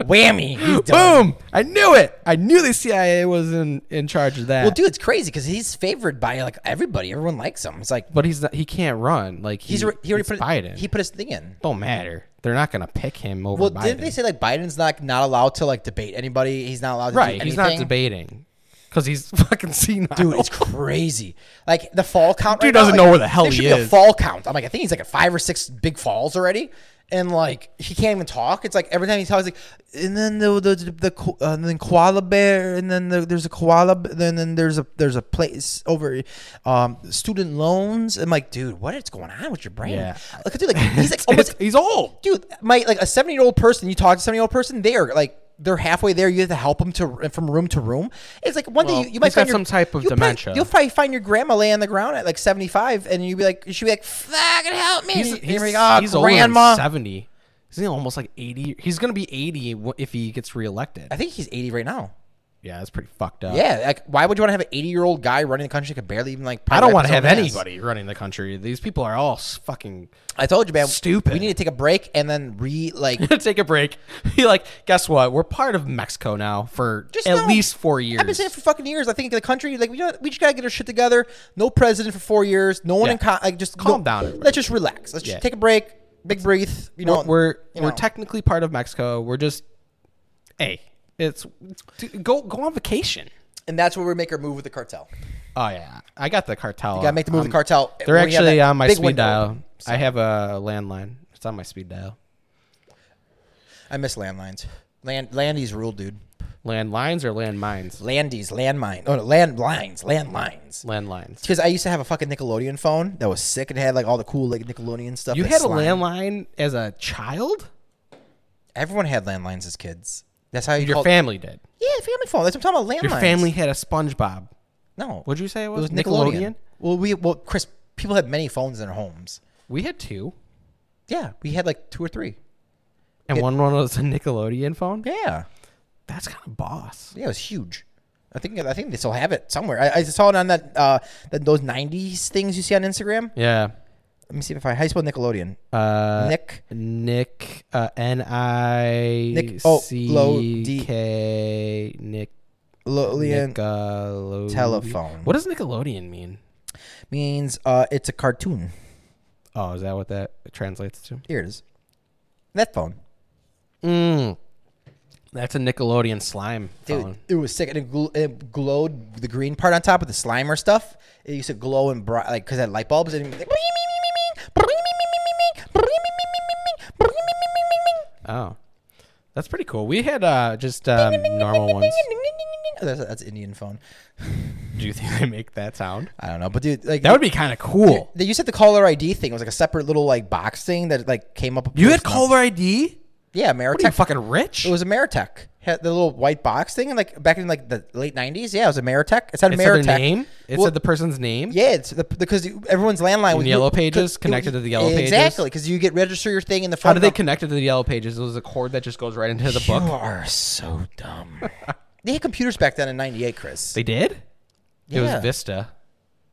Speaker 4: Whammy. He's done.
Speaker 5: Boom! I knew it. I knew the CIA was in, in charge of that.
Speaker 4: Well, dude, it's crazy because he's favored by like everybody. Everyone likes him. It's like
Speaker 5: but he's not, he can't run. Like he,
Speaker 4: he's re- he already
Speaker 5: it's
Speaker 4: put
Speaker 5: Biden.
Speaker 4: he put his thing in.
Speaker 5: don't matter. They're not gonna pick him over
Speaker 4: Well,
Speaker 5: Biden.
Speaker 4: didn't they say like Biden's not not allowed to like debate anybody? He's not allowed to
Speaker 5: right?
Speaker 4: do
Speaker 5: He's
Speaker 4: anything.
Speaker 5: not debating because he's (laughs) fucking seen.
Speaker 4: Dude, it's crazy. Like the fall count.
Speaker 5: Dude
Speaker 4: right now,
Speaker 5: doesn't
Speaker 4: like,
Speaker 5: know where the hell
Speaker 4: there
Speaker 5: he
Speaker 4: should Be a
Speaker 5: is.
Speaker 4: fall count. I'm like, I think he's like at five or six big falls already, and like he can't even talk. It's like every time he talks, he's like, and then the the the, the ko- uh, and then koala bear, and then the, there's a koala, b- then then there's a there's a place over, um, student loans. I'm like, dude, what is going on with your brain?
Speaker 5: Yeah.
Speaker 4: Like, dude, like he's like
Speaker 5: (laughs) It's-
Speaker 4: almost
Speaker 5: he's old.
Speaker 4: dude my like a 70 year old person you talk to a 70 year old person they are like they're halfway there you have to help them to from room to room it's like one
Speaker 5: Well,
Speaker 4: day you, you might
Speaker 5: he's got
Speaker 4: find your-
Speaker 5: some type of
Speaker 4: you'll probably-
Speaker 5: dementia.
Speaker 4: you'll probably find your grandma laying on the ground at like 75 and you'd be like she'd be like fucking help me
Speaker 5: He's
Speaker 4: And
Speaker 5: he's,
Speaker 4: you're like, "Oh,
Speaker 5: he's older than
Speaker 4: grandma
Speaker 5: seventy. He's almost like eighty. He's gonna be eighty w- if he gets reelected.
Speaker 4: i think he's 80 right now
Speaker 5: Yeah, that's pretty fucked up.
Speaker 4: yeah like why would you want to have an 80 year old guy running the country that could barely even like
Speaker 5: I don't want
Speaker 4: want
Speaker 5: to have anybody running the country. These people are all s- fucking.
Speaker 4: i told you man
Speaker 5: Stupid.
Speaker 4: we need to take a break and then re like
Speaker 5: (laughs) take a break. Be like, guess what? We're part of Mexico now for
Speaker 4: Just
Speaker 5: at
Speaker 4: no.
Speaker 5: least four years.
Speaker 4: I've been saying it for fucking years. I think the country, like, we don't, we just gotta get our shit together. No president for four years. No one
Speaker 5: Yeah.
Speaker 4: in, con- like, just
Speaker 5: Calm
Speaker 4: no-
Speaker 5: down, everybody.
Speaker 4: Let's just relax. Let's
Speaker 5: Yeah.
Speaker 4: just take a break, big breathe. You know,
Speaker 5: we're we're,
Speaker 4: you
Speaker 5: we're
Speaker 4: know.
Speaker 5: technically part of Mexico. We're just, hey, it's d- go go on vacation.
Speaker 4: and that's where we make our move with the cartel.
Speaker 5: Oh yeah, I got the cartel.
Speaker 4: Gotta make the move with the cartel.
Speaker 5: Um, They're
Speaker 4: when we have
Speaker 5: actually
Speaker 4: that
Speaker 5: on my
Speaker 4: big
Speaker 5: speed
Speaker 4: window.
Speaker 5: dial. I have a landline. It's on my speed dial.
Speaker 4: I miss landlines. Land Landy's rule, dude.
Speaker 5: Landlines or landmines?
Speaker 4: Landy's landmine. Oh no, landlines, landlines.
Speaker 5: Landlines.
Speaker 4: Because I used to have a fucking Nickelodeon phone that was sick and had like all the cool like Nickelodeon stuff.
Speaker 5: You
Speaker 4: that
Speaker 5: had a
Speaker 4: slime.
Speaker 5: landline as a child?
Speaker 4: Everyone had landlines as kids. That's how you
Speaker 5: Your
Speaker 4: called-
Speaker 5: family did.
Speaker 4: Yeah, family phone. That's what I'm talking about. Landlines.
Speaker 5: Your family had a SpongeBob.
Speaker 4: No.
Speaker 5: What'd you say it was?
Speaker 4: It was Nickelodeon.
Speaker 5: Nickelodeon?
Speaker 4: Well, we well, Chris, people had many phones in their homes.
Speaker 5: We had two,
Speaker 4: Yeah, we had like two or three.
Speaker 5: and one one was a Nickelodeon phone.
Speaker 4: Yeah,
Speaker 5: That's kind of boss.
Speaker 4: yeah, it was huge. I think I think they still have it somewhere. I, I saw it on that uh that those '90s things you see on Instagram.
Speaker 5: Yeah.
Speaker 4: Let me see if I how you spell Nickelodeon.
Speaker 5: Uh,
Speaker 4: Nick.
Speaker 5: Nick uh, N I
Speaker 4: oh, low
Speaker 5: C
Speaker 4: D.
Speaker 5: K Nick
Speaker 4: Nickelodeon
Speaker 5: Nickelodeon.
Speaker 4: telephone.
Speaker 5: What does Nickelodeon mean?
Speaker 4: means uh it's a cartoon.
Speaker 5: Oh, is that what that translates to?
Speaker 4: Here it is. That phone,
Speaker 5: Mm. That's a Nickelodeon slime
Speaker 4: dude,
Speaker 5: phone.
Speaker 4: it was sick. And it, gl- it glowed the green part on top with the slimer stuff. It used to glow and bright, like because it had light bulbs and. it-
Speaker 5: Oh, that's pretty cool. We had uh, just um, normal ones.
Speaker 4: That's, that's Indian phone.
Speaker 5: Do you think they make that sound?
Speaker 4: I don't know, but dude, like
Speaker 5: That would be kind of cool.
Speaker 4: They used to have the caller ID thing. It was like a separate little like box thing that like came up.
Speaker 5: You had
Speaker 4: with-
Speaker 5: caller ID?
Speaker 4: Yeah,
Speaker 5: What are you
Speaker 4: Ameritech.
Speaker 5: fucking rich?
Speaker 4: It was Ameritech. Had the little white box thing, and like back in like the late '90s, yeah, it was Ameritech. It said
Speaker 5: it
Speaker 4: Ameritech.
Speaker 5: said their name. It
Speaker 4: Well,
Speaker 5: said the person's name.
Speaker 4: Yeah, it's the, because you- everyone's landline was
Speaker 5: Yellow Pages, connected to the Yellow
Speaker 4: exactly,
Speaker 5: Pages.
Speaker 4: Exactly, because you get register your thing in the phone.
Speaker 5: How did they
Speaker 4: number.
Speaker 5: connect it to the yellow pages? It was a cord that just goes right into the
Speaker 4: You
Speaker 5: book.
Speaker 4: are so
Speaker 5: (laughs)
Speaker 4: dumb. they had computers back then in '98, Chris.
Speaker 5: They did. It
Speaker 4: Yeah.
Speaker 5: was Vista.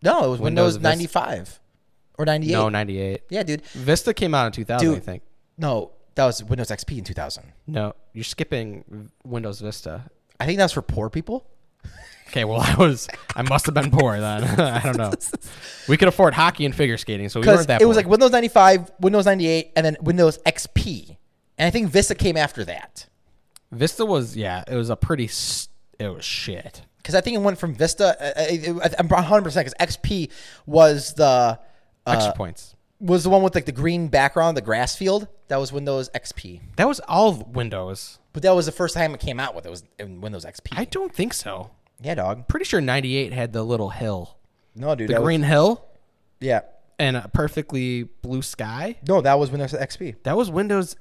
Speaker 4: no, it was
Speaker 5: Windows
Speaker 4: Windows,
Speaker 5: Vista.
Speaker 4: 95 or 98.
Speaker 5: No, ninety eight.
Speaker 4: yeah, dude.
Speaker 5: Vista came out in two thousand, I
Speaker 4: Dude.
Speaker 5: think.
Speaker 4: No, that was Windows XP in 2000.
Speaker 5: No, you're skipping Windows Vista.
Speaker 4: I think that was for poor people.
Speaker 5: Okay, well, (laughs) I was. I must have been poor then. (laughs) I don't know. We could afford hockey and figure skating, so we
Speaker 4: because
Speaker 5: weren't
Speaker 4: it
Speaker 5: that.
Speaker 4: was
Speaker 5: poor.
Speaker 4: like Windows 95, Windows 98, and then Windows XP. And I think Vista came after that
Speaker 5: Vista was. Yeah, it was a pretty. s it was shit.
Speaker 4: because I think it went from Vista. uh, uh, it- I'm 100 percent because XP was the
Speaker 5: Extra
Speaker 4: uh,
Speaker 5: points.
Speaker 4: was the one with like the green background, the grass field. That was Windows XP,
Speaker 5: That was all Windows.
Speaker 4: but that was the first time it came out with it was in Windows XP.
Speaker 5: I don't think so.
Speaker 4: yeah, dog.
Speaker 5: Pretty sure ninety eight had the little hill,
Speaker 4: No, dude.
Speaker 5: the
Speaker 4: that was-
Speaker 5: green hill,
Speaker 4: yeah.
Speaker 5: and a perfectly blue sky.
Speaker 4: No, that was Windows XP.
Speaker 5: That was Windows.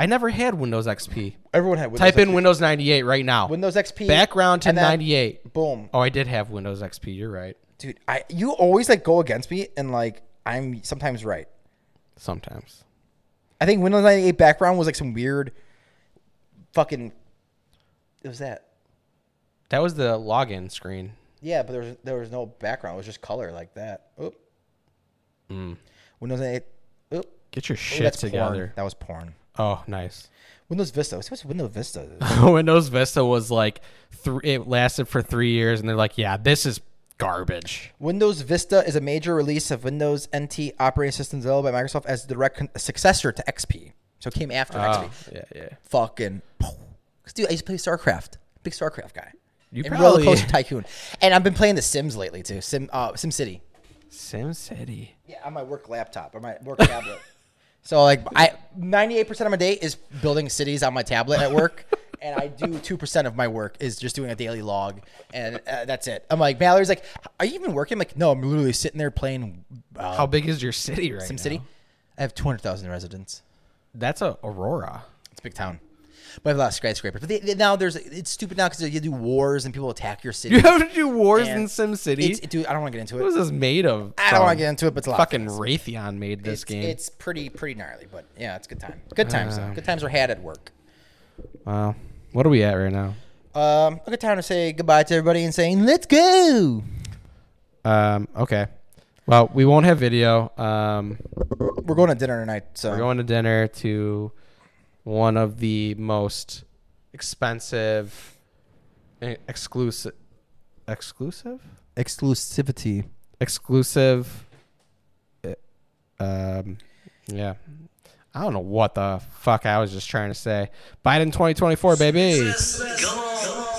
Speaker 5: I never had Windows XP.
Speaker 4: Everyone had Windows
Speaker 5: Type in
Speaker 4: XP.
Speaker 5: Windows 98 right now.
Speaker 4: Windows XP
Speaker 5: Background to
Speaker 4: and then-
Speaker 5: 98.
Speaker 4: Boom,
Speaker 5: Oh, I did have Windows XP. You're right.
Speaker 4: dude. I you always like go against me and like I'm sometimes right.
Speaker 5: Sometimes.
Speaker 4: I think Windows 98 background was like some weird fucking. It was that.
Speaker 5: That was the login screen.
Speaker 4: Yeah, but there was there was no background. It was just color like that. Oop. Windows 98. Oop.
Speaker 5: Get your
Speaker 4: Ooh,
Speaker 5: shit
Speaker 4: that's Porn.
Speaker 5: together.
Speaker 4: That was porn.
Speaker 5: Oh, (laughs) nice.
Speaker 4: Windows Vista. What's what's Windows Vista? (laughs)
Speaker 5: Windows Vista was like, th- it lasted for three years, and they're like, yeah, this is garbage.
Speaker 4: Windows Vista is a major release of Windows NT operating system developed by Microsoft as the direct con- successor to XP. So it came after
Speaker 5: Oh,
Speaker 4: XP.
Speaker 5: yeah, yeah.
Speaker 4: fucking. (sniffs) 'Cause, dude, I used to play StarCraft. Big StarCraft guy.
Speaker 5: You
Speaker 4: and
Speaker 5: probably-
Speaker 4: Roller Coaster Tycoon. And I've been playing The Sims lately too. Sim uh, Sim City.
Speaker 5: SimCity.
Speaker 4: Yeah, on my work laptop or my work tablet. So like I 98% of my day is building cities on my tablet at work. And I do two percent of my work is just doing a daily log, and uh, that's it. I'm like Valerie's like, "Are you even working?" I'm like, "No, I'm literally sitting there playing uh,
Speaker 5: How big is your Um, city right now?
Speaker 4: SimCity." I have two hundred thousand residents.
Speaker 5: That's a Aurora.
Speaker 4: It's a big town. But I have a lot of skyscrapers. But they, they- now there's it's stupid now because you do wars and people attack your city.
Speaker 5: (laughs) (laughs) You have to do wars in
Speaker 4: And
Speaker 5: SimCity.
Speaker 4: It's, dude, I don't want to get into
Speaker 5: What was
Speaker 4: it.
Speaker 5: this made of?
Speaker 4: I don't want
Speaker 5: from?
Speaker 4: to get into it, but it's a lot. of
Speaker 5: Fucking Raytheon made this
Speaker 4: it's,
Speaker 5: game.
Speaker 4: It's pretty pretty gnarly, but yeah, it's a good time. Good times though. Good times were had at work.
Speaker 5: wow. What are we at right now?
Speaker 4: Um, a good time to say goodbye to everybody and saying let's go.
Speaker 5: Um, okay. Well, we won't have video. Um,
Speaker 4: We're going to dinner tonight, so
Speaker 5: we're going to dinner to one of the most expensive, eh, exclusive, exclusive,
Speaker 4: exclusivity.
Speaker 5: exclusive. eh, Um, yeah. I don't know what the fuck I was just trying to say. Biden 2024, baby.
Speaker 2: Come on.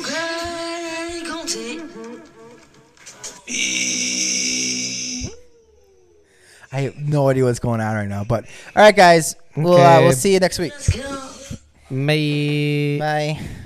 Speaker 3: Okay, Conte.
Speaker 4: I have no idea what's going on right now, but all right, guys, we'll uh,
Speaker 5: Okay.
Speaker 4: we'll see you next week.
Speaker 3: Let's go.
Speaker 5: May.
Speaker 4: Bye.